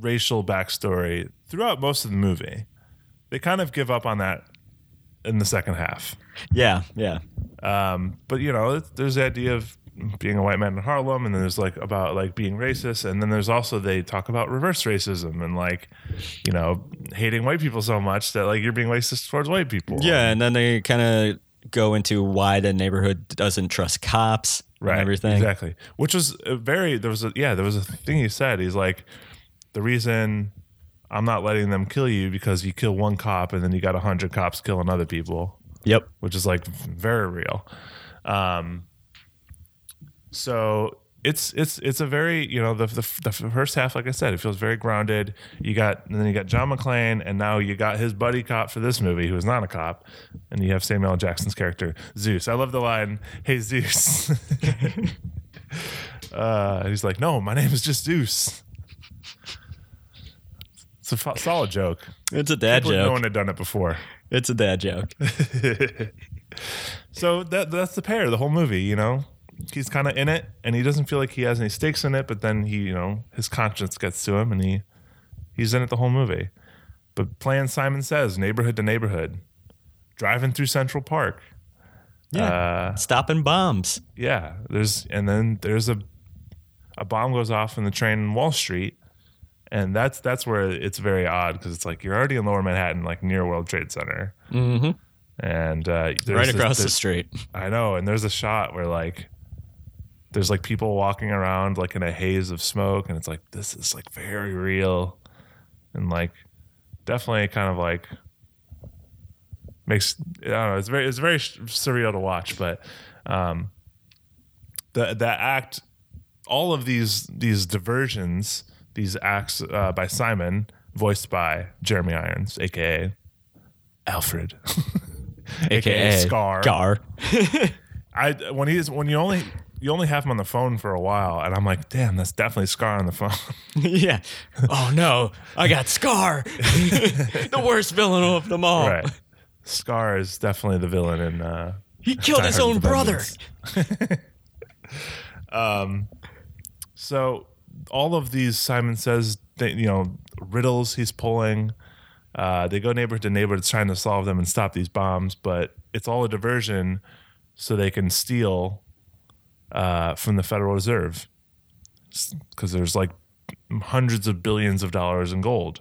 racial backstory throughout most of the movie. They kind of give up on that in the second half. Yeah. Yeah. But you know, it- there's the idea of being a white man in Harlem and then there's like about like being racist and then there's also they talk about reverse racism and like you know, hating white people so much that like you're being racist towards white people. Yeah, and then they kind of go into why the neighborhood doesn't trust cops and everything. Exactly. Which was a very there was a yeah, there was a thing he said. He's like, the reason I'm not letting them kill you because you kill one cop and then you got a hundred cops killing other people, Yep. which is like very real. Um so it's it's it's a very you know the, the the first half like I said it feels very grounded. You got and then you got John McClane and now you got his buddy cop for this movie who is not a cop, and you have Samuel L. Jackson's character Zeus. I love the line, "Hey Zeus," Uh, he's like, no, my name is just Zeus. It's a fo- solid joke. It's a dad People- No joke. one had done it before. It's a dad joke. So that that's the pair, the whole movie, you know? He's kind of in it and he doesn't feel like he has any stakes in it, but then he, you know, his conscience gets to him and he he's in it the whole movie. But playing Simon Says, neighborhood to neighborhood, driving through Central Park. Uh, Yeah. Stopping bombs. Yeah, there's and then there's a a bomb goes off in the train in Wall Street, and that's that's where it's very odd because it's like you're already in Lower Manhattan, like near World Trade Center, mm-hmm. and uh, there's Right this- across the this- street. I know, and there's a shot where like there's like people walking around like in a haze of smoke, and it's like this is like very real, and like definitely kind of like makes I don't know. It's very it's very surreal to watch, but um, the the act, all of these these diversions, these acts uh, by Simon, voiced by Jeremy Irons, aka Alfred. AKA Scar. Scar. I when he's when you only you only have him on the phone for a while, and I'm like, damn, that's definitely Scar on the phone. yeah. Oh no, I got Scar, the worst villain of them all. right. Scar is definitely the villain in uh, He killed Die his Hard own with a brother. Vengeance. So all of these Simon says, th- you know, riddles he's pulling. Uh, they go neighborhood to neighborhood trying to solve them and stop these bombs, but it's all a diversion so they can steal uh, from the Federal Reserve because there's like hundreds of billions of dollars in gold.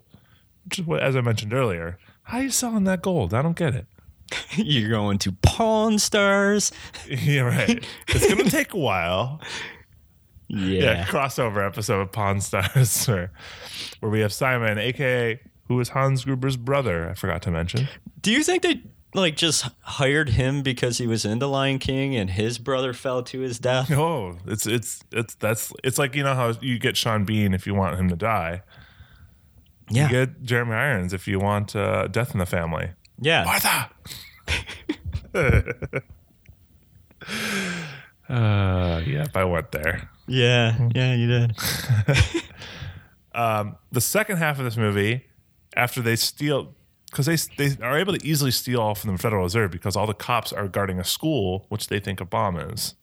Which is what, as I mentioned earlier, how are you selling that gold? I don't get it. You're going to Pawn Stars. yeah, right. It's gonna take a while. yeah, Yeah. crossover episode of Pawn Stars where, where we have Simon, aka who is Hans Gruber's brother. I forgot to mention. Do you think they like just hired him because he was in The Lion King and his brother fell to his death? Oh, it's it's it's that's it's like you know how you get Sean Bean if you want him to die. Yeah. You get Jeremy Irons if you want uh, death in the family. Yeah. Martha. uh, yep, I went there. Mm-hmm. Yeah. Yeah, you did. the second half of this movie, after they steal, because they they are able to easily steal all from the Federal Reserve because all the cops are guarding a school, which they think a bomb is.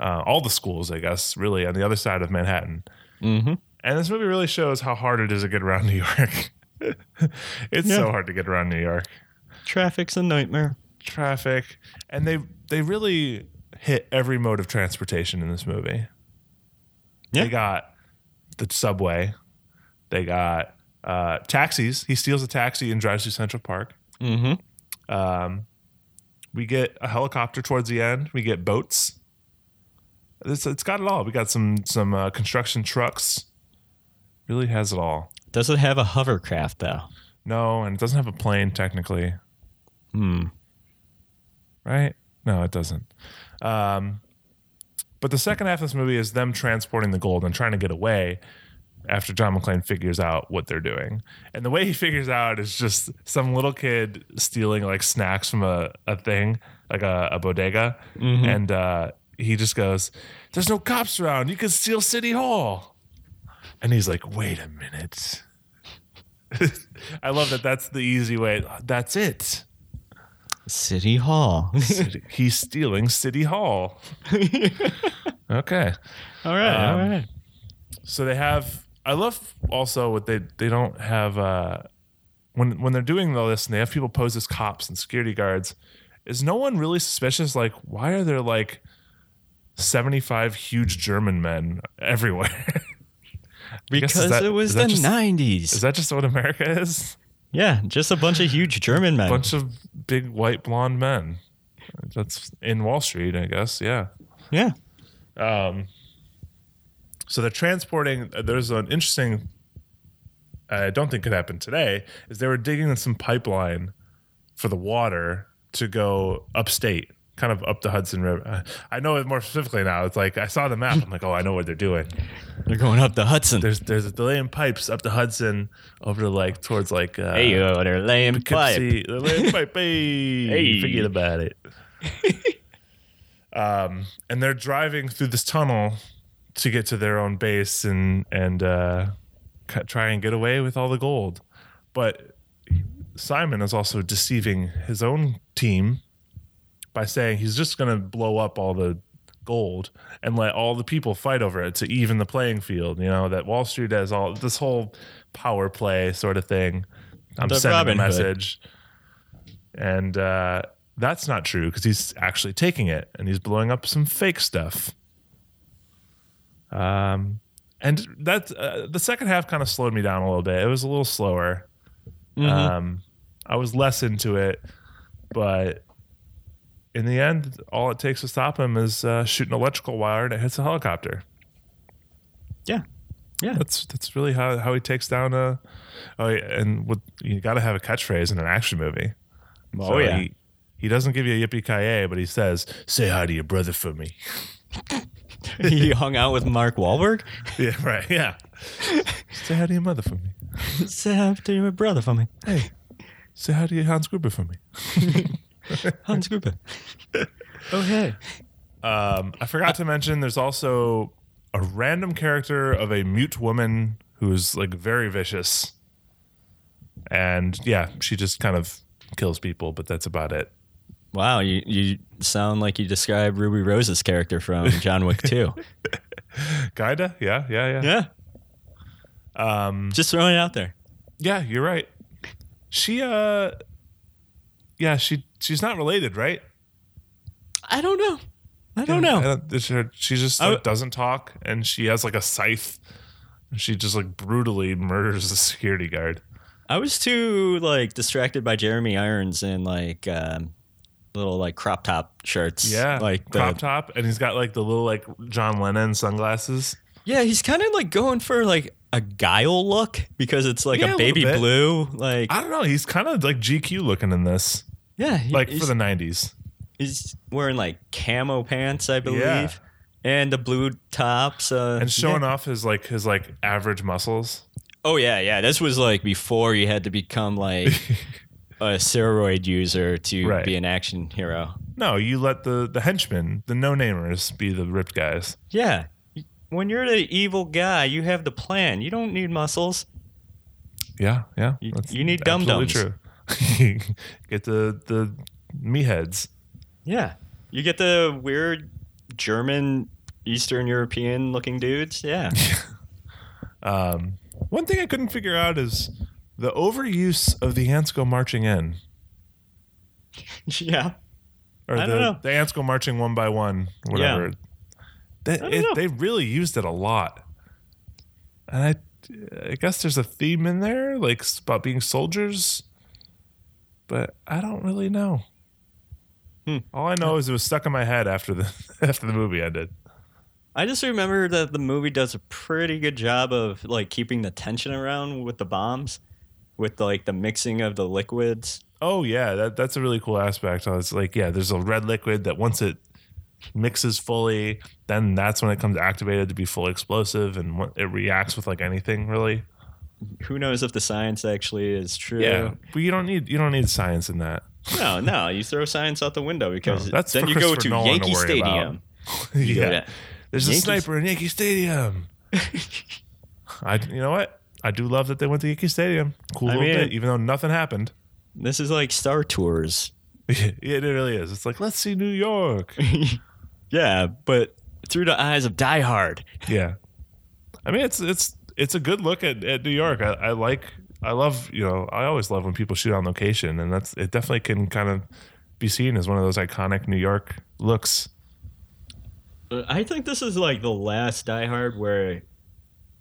Uh, all the schools, I guess, really on the other side of Manhattan. And this movie really shows how hard it is to get around New York. it's so Yeah. hard to get around New York. Traffic's a nightmare. Traffic, and they they really hit every mode of transportation in this movie. Yeah. They got the subway. They got uh, taxis. He steals a taxi and drives to Central Park. Mm-hmm. Um, we get a helicopter towards the end. We get boats. It's, it's got it all. We got some some uh, construction trucks. Really has it all. Does it have a hovercraft though? No, and it doesn't have a plane technically. Hmm. Right? No, it doesn't. Um, but the second half of this movie is them transporting the gold and trying to get away after John McClane figures out what they're doing. And the way he figures out is just some little kid stealing like snacks from a, a thing, like a, a bodega. And uh, he just goes, There's no cops around. You can steal City Hall. And he's like, Wait a minute. I love that. That's the easy way. That's it. City Hall. City- He's stealing City Hall. okay. all right, all right. So they have. I love also what they they don't have. Uh, when when they're doing all this, and they have people pose as cops and security guards. Is no one really suspicious? Like, why are there like seventy five huge German men everywhere? I guess is Because that- it was is the that just- nineties. Is that just what America is? yeah, just a bunch of huge German men. bunch of big white blonde men. That's in Wall Street, I guess. Yeah. yeah. So they're transporting. uh, There's an interesting. I don't think could happen today. Is they were digging in some pipeline for the water to go upstate, kind of up the Hudson River. Uh, I know it more specifically now. It's like I saw the map. I'm like, oh, I know what they're doing. They're going up the Hudson. There's there's a delay in pipes up the Hudson over to like towards like uh, hey yo, they're laying pipe. Poughkeepsie. The land pipe, hey. Hey. Forget about it. um, and they're driving through this tunnel to get to their own base and and uh, ca- try and get away with all the gold. But Simon is also deceiving his own team by saying he's just going to blow up all the gold and let all the people fight over it to even the playing field. You know that Wall Street has all this whole power play sort of thing. I'm The sending Robin a Hood. message, and uh, that's not true because he's actually taking it and he's blowing up some fake stuff. Um, and that uh, the second half kind of slowed me down a little bit. It was a little slower. Um, I was less into it, but in the end, all it takes to stop him is uh, shoot an electrical wire that hits a helicopter. Yeah. Yeah. That's that's really how, how he takes down a. Oh, yeah, and with, you got to have a catchphrase in an action movie. Oh So yeah. He, he doesn't give you a yippee ki but he says, "Say hi to your brother for me." he hung out with Mark Wahlberg. yeah, right. Yeah. Say hi to your mother for me. Say hi to your brother for me. Hey, say hi to your Hans Gruber for me. Hans Gruber. oh hey. I Uh, forgot to mention there's also a random character of a mute woman who's like very vicious. And yeah, she just kind of kills people, but that's about it. Wow, you, you sound like you described Ruby Rose's character from John Wick 2. Gaida? Yeah, yeah, yeah. yeah. Um, Just throwing it out there. Yeah, you're right. She uh Yeah, she she's not related, right? I don't know. I don't know. it's her- she just I like, w- doesn't talk and she has like a scythe. And she just like brutally murders the security guard. I was too like distracted by Jeremy Irons in like um, little like crop top shirts. Yeah. like the, crop top and he's got like the little like John Lennon sunglasses. Yeah, he's kind of like going for like a guile look because it's like Yeah, a a little baby bit. blue. Like I don't know. He's kind of like GQ looking in this, yeah, he- like he's, for the '90s. he's wearing like camo pants, I believe, Yeah. and the blue top. So And showing yeah. off his like his like average muscles. Oh yeah, yeah. This was like before you had to become like a steroid user to Right. be an action hero. No, you let the the henchmen, the no namers, be the ripped guys. Yeah. When you're the evil guy, you have the plan. You don't need muscles. Yeah, yeah. You- you need dum-dums. absolutely True. Get the the me heads. Yeah. You get the weird German Eastern European looking dudes. Yeah. Um, one thing I couldn't figure out is the overuse of the ants go marching in, yeah. or the, I don't know. the ants go marching one by one, whatever. They, don't it- know. they really used it a lot, and I, I guess there's a theme in there, like s- about being soldiers, but I don't really know. Hmm. All I know is it was stuck in my head after the after the movie ended. I just remember that the movie does a pretty good job of like keeping the tension around with the bombs, with like the mixing of the liquids. Oh yeah, that, that's a really cool aspect. I was like, yeah, there's a red liquid that once it mixes fully, then that's when it comes activated to be full explosive, and what, it reacts with like anything really. Who knows if the science actually is true? but you don't need you don't need science in that. No, no, you throw science out the window because No, that's then for you go Christopher to Nolan to Yankee worry Stadium. You go yeah, to- there's Yankees- a sniper in Yankee Stadium. I you know what I do love that they went to Yankee Stadium. Cool I little mean- bit, even though nothing happened. This is like Star Tours. Yeah, it really is. It's like let's see New York. Yeah, but through the eyes of Die Hard. Yeah. I mean, it's it's it's a good look at, at New York. I, I like I love you know I always love when people shoot on location, and that's it. Definitely can kind of be seen as one of those iconic New York looks. Uh, I think this is like the last Die Hard where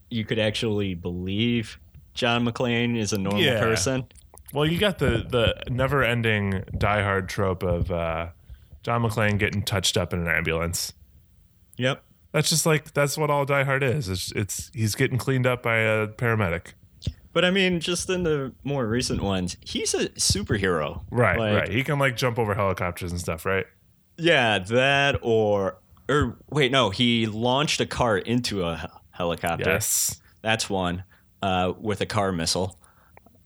you could actually believe John McClane is a normal Yeah. person. Well, you got the the never ending Die Hard trope of uh, John McClane getting touched up in an ambulance. Yep. That's just like that's what all Die Hard is. It's, it's he's getting cleaned up by a paramedic. But I mean, just in the more recent ones, he's a superhero. Right, Like, right. He can like jump over helicopters and stuff, right? Yeah, that or or wait, no, he launched a car into a hel- helicopter. Yes. That's one uh, with a car missile.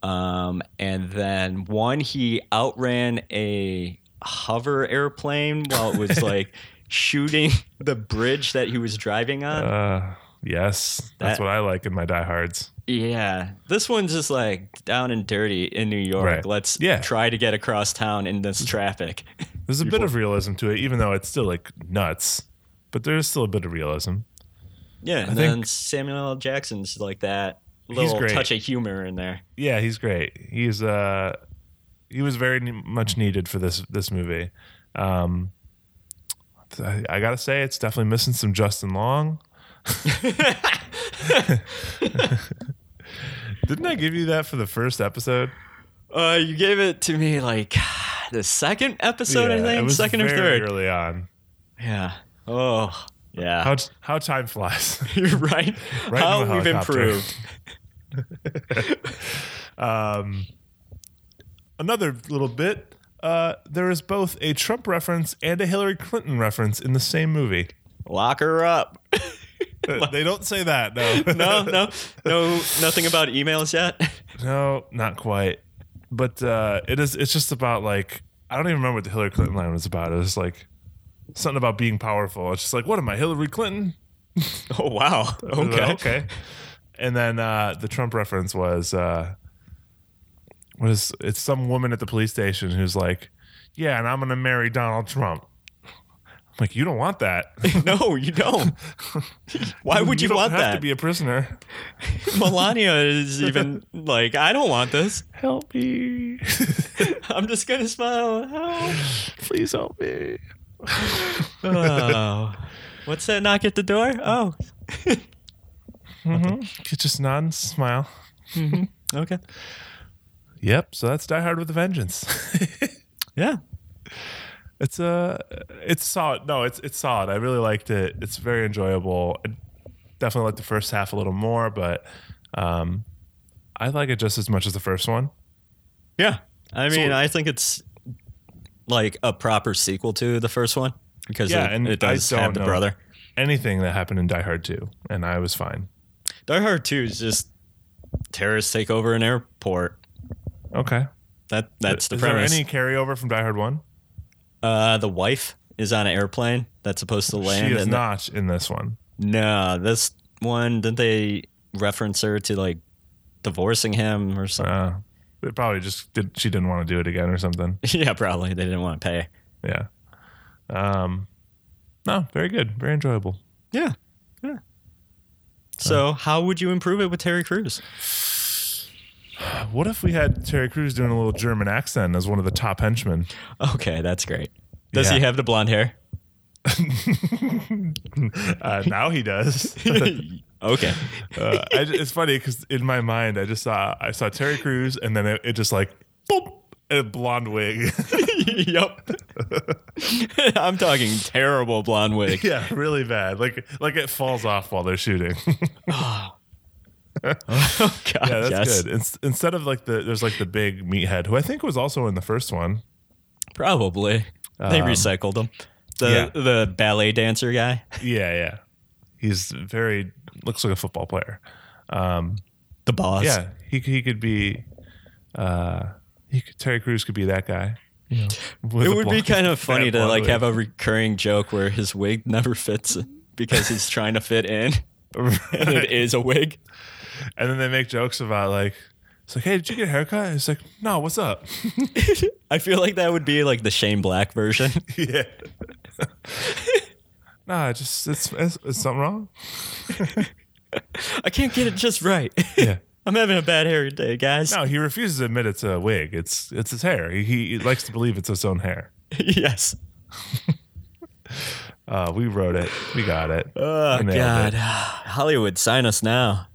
Um, and then one, he outran a hover airplane while it was like shooting the bridge that he was driving on. Uh, yes. That's That- what I like in my Die Hards. yeah. This one's just like down and dirty in New York. Right. Let's Yeah. try to get across town in this traffic. There's a bit of realism to it, even though it's still like nuts. But there is still a bit of realism. Yeah. and think- then Samuel L. Jackson's like that little great. touch of humor in there. Yeah, he's great. He's uh, he was very ne- much needed for this this movie. Um, I, I gotta say, it's definitely missing some Justin Long. Didn't I give you that for the first episode? Uh, you gave it to me like the second episode, I Yeah, think, it was second or very third. early on. Yeah. Oh, yeah. How how time flies. You're right. Right How into a we've helicopter. improved. another little bit. Uh, there is both a Trump reference and a Hillary Clinton reference in the same movie. Lock her up. Uh, they don't say that. No, No, no, no, nothing about emails yet. no, not quite. But uh, it is. It's just about like I don't even remember what the Hillary Clinton line was about. It was like something about being powerful. It's just like, what am I, Hillary Clinton? Oh wow. I was Okay. like, okay. And then uh, the Trump reference was uh, was it's some woman at the police station who's like, yeah, and I'm gonna marry Donald Trump. I'm like, you don't want that. No, you don't. Why would you, don't want have that? to be a prisoner. Melania is even like, I don't want this. Help me. I'm just gonna smile. Help. Please help me. Oh. What's that knock at the door? Oh, You just nod and smile. okay. Yep. So that's Die Hard with a Vengeance. Yeah. it's uh, it's solid. No, it's it's solid. I really liked it. It's very enjoyable. I definitely liked the first half a little more, but um, I like it just as much as the first one. Yeah. I mean, I think it's like a proper sequel to the first one because Yeah, it, and it I does don't have the know. brother. Anything that happened in Die Hard two, and I was fine. Die Hard 2 is just terrorists take over an airport. Okay. That that's the Is premise. there any carryover from Die Hard one? uh, the wife is on an airplane that's supposed to land. She is and not in this one. no, this one didn't they reference her to like divorcing him or something? Uh, it probably just did. She didn't want to do it again or something. yeah, probably they didn't want to pay. Yeah. Um, no, very good. Very enjoyable. Yeah, So how would you improve it with Terry Crews? What if we had Terry Crews doing a little German accent as one of the top henchmen? Okay, that's great. Does he Yeah. have the blonde hair? Uh, now he does. Okay. Uh, I, ju- it's funny because in my mind, I just saw I saw Terry Crews, and then it, it just like boop, a blonde wig. yep. I'm talking terrible blonde wig. yeah, really bad. Like like it falls off while they're shooting. Oh God, yeah, that's yes. good. Ins- instead of like the there's like the big meathead who I think was also in the first one. Probably. They recycled him. The Um, yeah. the ballet dancer guy. Yeah, yeah. He's very looks like a football player. The boss. Yeah, he he could be. Uh, he could, Terry Crews could be that guy. you know, with It a would be blonde- kind of funny that to blonde like wig. have a recurring joke where his wig never fits because he's trying to fit in. And it is a wig. and then they make jokes about like it's like, hey, did you get a haircut? It's like, no, what's up? I feel like that would be like the Shane Black version. yeah. nah, it's just it's, it's, it's something wrong. I can't get it just right. Yeah. I'm having a bad hair day, guys. No, he refuses to admit it's a wig. It's it's his hair. He, he likes to believe it's his own hair. yes. Uh, we wrote it. We got it. Oh We nailed God. it. Hollywood, sign us now.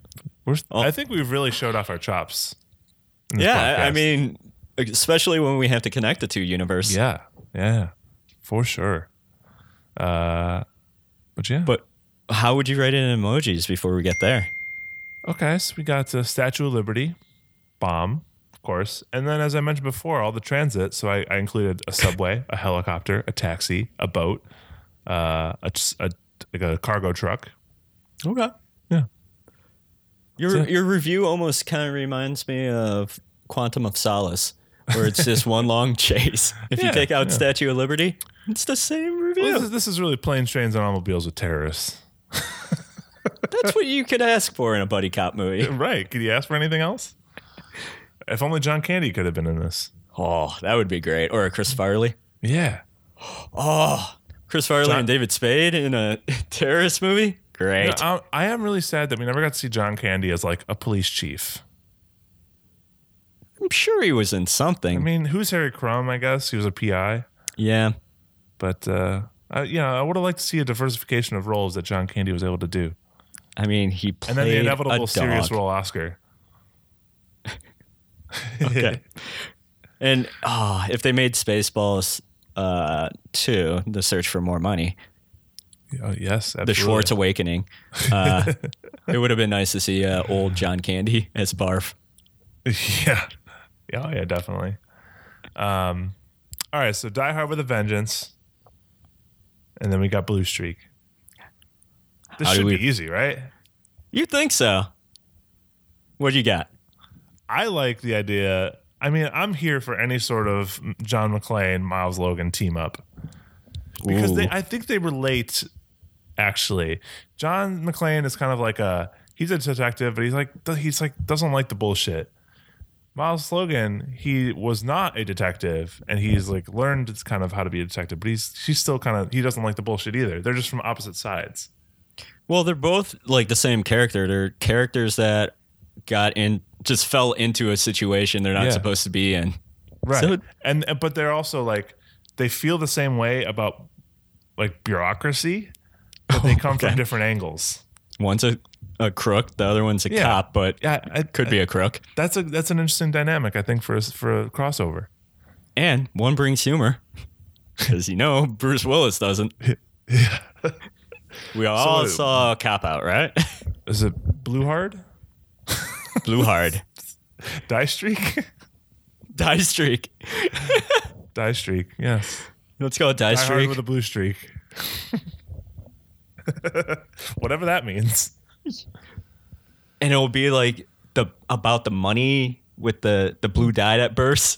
We're, oh. I think we've really showed off our chops. in this Yeah, I- I podcast. mean, especially when we have to connect the two universes. Yeah, yeah, for sure. Uh, but yeah, But how would you write it in emojis before we get there? okay. So we got the Statue of Liberty, bomb, of course, and then as I mentioned before, all the transit. So I, I included a subway, a helicopter, a taxi, a boat, uh, a, a like a cargo truck. Okay. Yeah. Your your review almost kind of reminds me of Quantum of Solace, where it's just one long chase. If Yeah, you take out yeah. Statue of Liberty, it's the same Well, review. this, is, this is really planes, trains, and automobiles with terrorists. That's what you could ask for in a buddy cop movie. Right? Could you ask for anything else? If only John Candy could have been in this. Oh, that would be great. Or a Chris Farley. Yeah. Chris Farley John- and David Spade in a terrorist movie. Great. No, I, I am really sad that we never got to see John Candy as like a police chief. I'm sure he was in something. I mean, who's Harry Crumb? I guess he was a PI, yeah. but uh, I, you know, I would have liked to see a diversification of roles that John Candy was able to do, I mean, he played and then the a inevitable dog. serious role Oscar. Okay. and oh, if they made Spaceballs uh, 2, The Search for More Money, Oh, yes, absolutely. The Schwartz Awakening, uh, it would have been nice to see uh, old John Candy as Barf. yeah, yeah, oh, yeah, definitely. Um, all right, so Die Hard with a Vengeance, and then we got Blue Streak. This How do should we- be easy, right? You think so? What do you got? I like the idea. I mean, I'm here for any sort of John McClane, Miles Logan team up because they, Ooh. I think they relate. Actually, John McClane is kind of like a he's a detective, but he's like he's like doesn't like the bullshit. Miles Logan, he was not a detective, and he's like learned it's kind of how to be a detective, but he's she's still kind of he doesn't like the bullshit either. They're just from opposite sides. Well, they're both like the same character. They're characters that got in, just fell into a situation they're not Yeah. supposed to be in. right So- and and- but they're also like they feel the same way about like bureaucracy but they come Oh, okay. from different angles One's a, a crook, the other one's a Yeah. cop, but yeah I, could be a crook. that's a that's an interesting dynamic i think for a, s- for a crossover And one brings humor. Because you know, Bruce Willis doesn't. we all So- saw Cop Out, right? is it blue hard Blue Hard. die streak Die Streak. die streak yes Let's go with Die, die hard Streak. with a blue streak whatever that means and it'll be like the about the money with the, the blue dye that bursts.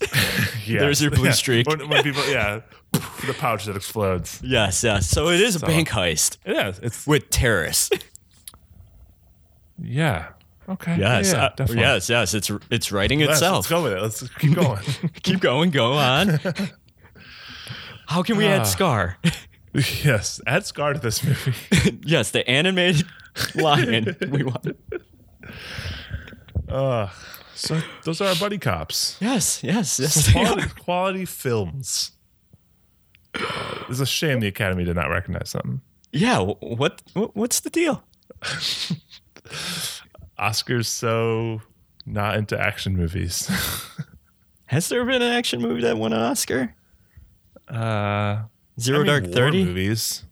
yeah There's your blue Yeah. streak. when, when people yeah the pouch that explodes yes, yes. So it is a bank heist yeah it's with terrorists. yeah okay Yes, yeah, uh, definitely. yes, yes. It's it's writing Yes, Let's itself. go with it. Let's keep going. Keep going. Go on. How can we Ah. add Scar? yes, add Scar to this movie. yes, the animated lion we wanted. So those are our buddy cops. Yes, yes, yes. they Quality, are. quality films. Uh, It's a shame the Academy did not recognize them. Yeah. wh- What, what? What's the deal? Oscar's so not into action movies. Has there been an action movie that won an Oscar? Uh, I Zero mean, Dark war Thirty. movies.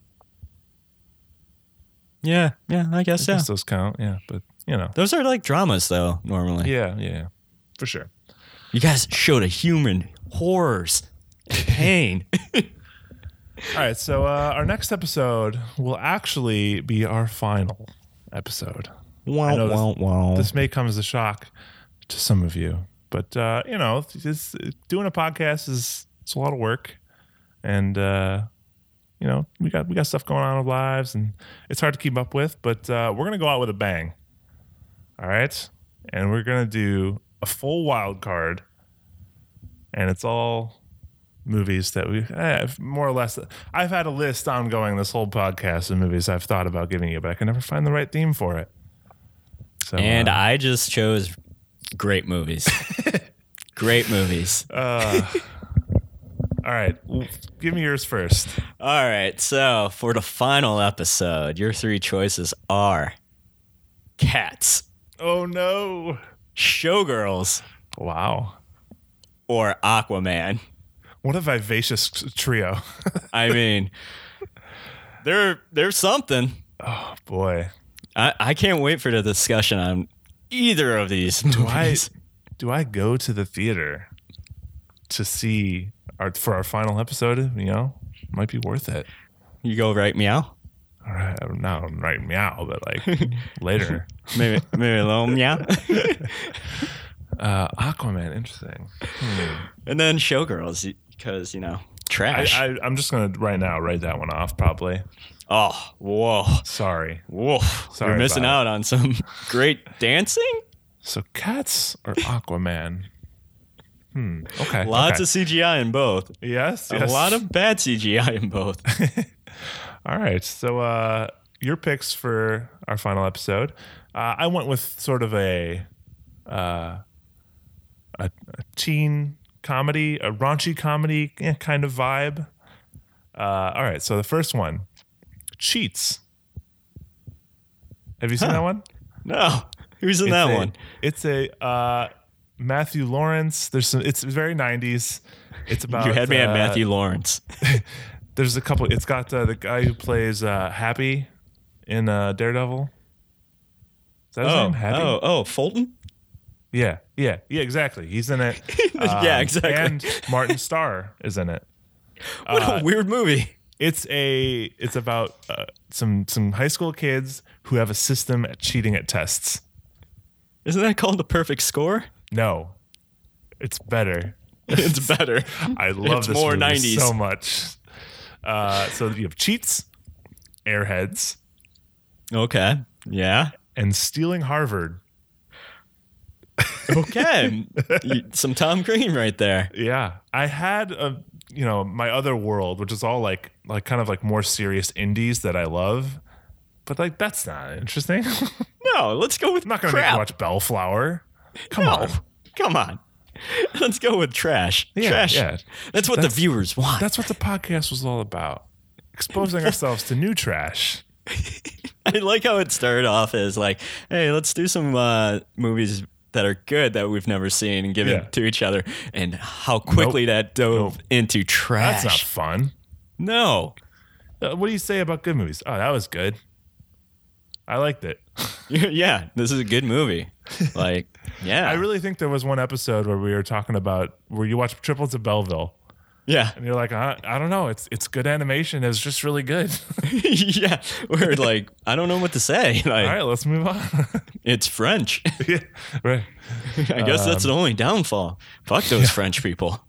Yeah, yeah. I guess I yeah. guess those count. Yeah, but you know. Those are like dramas though. Normally, Yeah, yeah, for sure. you guys showed a human horrors, and pain. All right, so uh, our next episode will actually be our final episode. I know wow, this- wow, wow. This may come as a shock to some of you, but uh, you know, it's, doing a podcast is it's a lot of work, and uh, you know, we got we got stuff going on in our lives, and it's hard to keep up with. But uh, we're gonna go out with a bang. All right, and we're gonna do a full wild card, and it's all movies that we have more or less i've had a list ongoing this whole podcast of movies i've thought about giving you but i can never find the right theme for it so and uh, I just chose great movies. great movies. All right, w- give me yours first. All right, so for the final episode, your three choices are Cats, Oh no! Showgirls, Wow, or Aquaman. what a vivacious trio! I mean, they're they're something. Boy, I, I can't wait for the discussion on either of these. I movies. do I go to the theater to see our for our final episode? You know, might be worth it. You go right meow. All right, I'm not right meow, but like later. Maybe maybe a little meow. Uh, Aquaman, interesting. and then Showgirls because you know I, trash. I, I'm just gonna right now write that one off. Probably. oh whoa Sorry. whoa! Sorry You're missing about out on some great dancing. So cats or Aquaman? Hmm. Okay. Lots okay. of CGI in both. yes, yes. A lot of bad CGI in both. All right. So uh, your picks for our final episode. Uh, I went with sort of a uh, a, a teen comedy, a raunchy comedy eh, kind of vibe. Uh, all right. So the first one, Cheats. Have you seen that one? No, who's in It's that a- one? It's a uh, Matthew Lawrence. There's some. It's very 90s. It's about You had me at uh, Matthew Lawrence. There's a couple. It's got uh, the guy who plays uh, Happy in uh, Daredevil. Is that his Oh, name? Happy? oh, oh, Fulton. Yeah, yeah, yeah. Exactly. He's in it. yeah, Um, exactly. And Martin Starr is in it. what Uh, a weird movie. It's a. It's about uh, some some high school kids who have a system at cheating at tests. Isn't that called the perfect score? No, it's better. It's better. I love It's this more movie 90s. so much. Uh, so you have cheats, airheads, okay. Yeah. and stealing Harvard. Okay. You- Some Tom Green right there. Yeah, I had a you know my other world, which is all like like kind of like more serious indies that I love, but like that's not interesting. I'm No, let's go with not gonna make crap. you watch Bellflower. Come on, No, come on. Let's go with trash. Yeah, trash. yeah. That's what That's- the viewers want. that's what the podcast was all about: exposing ourselves to new trash. I like how it started off as like, hey, let's do some uh, movies that are good that we've never seen and give Yeah. it to each other, and how quickly that dove into trash. That's not fun. no, Uh, what do you say about good movies? Oh, that was good. I liked it. yeah, this is a good movie. Like, yeah, I really think there was one episode where we were talking about where you watch Triplets of Belleville, yeah, and you're like, I, I don't know, it's it's good animation, it's just really good. yeah. We're like, I don't know what to say. Like, All right, let's move on. it's French. Yeah, right. I guess Um, that's the only downfall. Fuck those French people.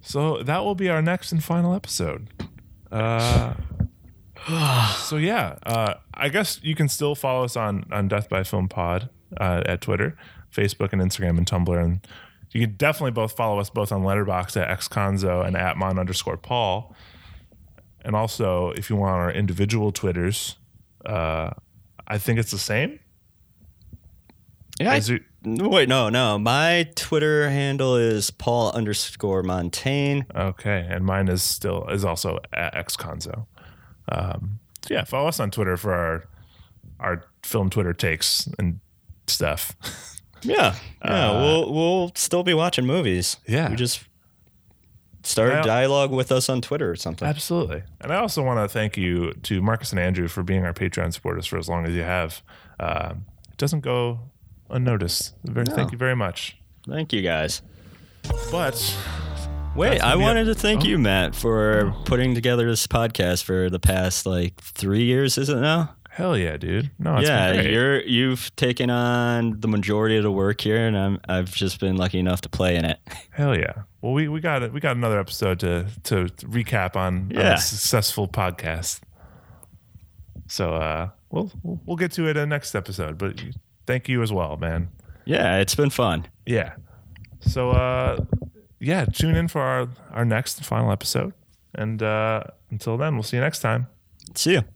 So that will be our next and final episode. Uh, so yeah, uh, I guess you can still follow us on on Death by Film Pod uh, at Twitter, Facebook, and Instagram and Tumblr, and you can definitely both follow us both on Letterbox at xconzo and at mon underscore Paul. And also, if you want our individual Twitters, uh, I think it's the same. Yeah. I- Is it- no, wait, no, no. My Twitter handle is Paul underscore Montaigne. Uh, Okay, and mine is still is also at xconzo. Um, so yeah, follow us on Twitter for our our film Twitter takes and stuff. Yeah, yeah. Uh, we'll we'll still be watching movies. Yeah. you just start a Well- dialogue with us on Twitter or something. Absolutely. And I also want to thank you to Marcus and Andrew for being our Patreon supporters for as long as you have. Um, it doesn't go unnoticed. Very, Thank you very much. Thank you guys. But gonna Wait, I be oh. it. wanted to thank you, Matt, for putting together this podcast for the past like three years, is it now? hell yeah, dude. No, it's yeah, been great. you're you've taken on the majority of the work here, and I'm I've just been lucky enough to play in it. Hell yeah. Well, we, we got it. We got another episode to to recap on, on Yeah. a successful podcast. So uh, we'll we'll get to it in the next episode. But thank you as well, man. Yeah, it's been fun. Yeah. So uh, yeah, tune in for our our next and final episode. And uh, until then, we'll see you next time. See you.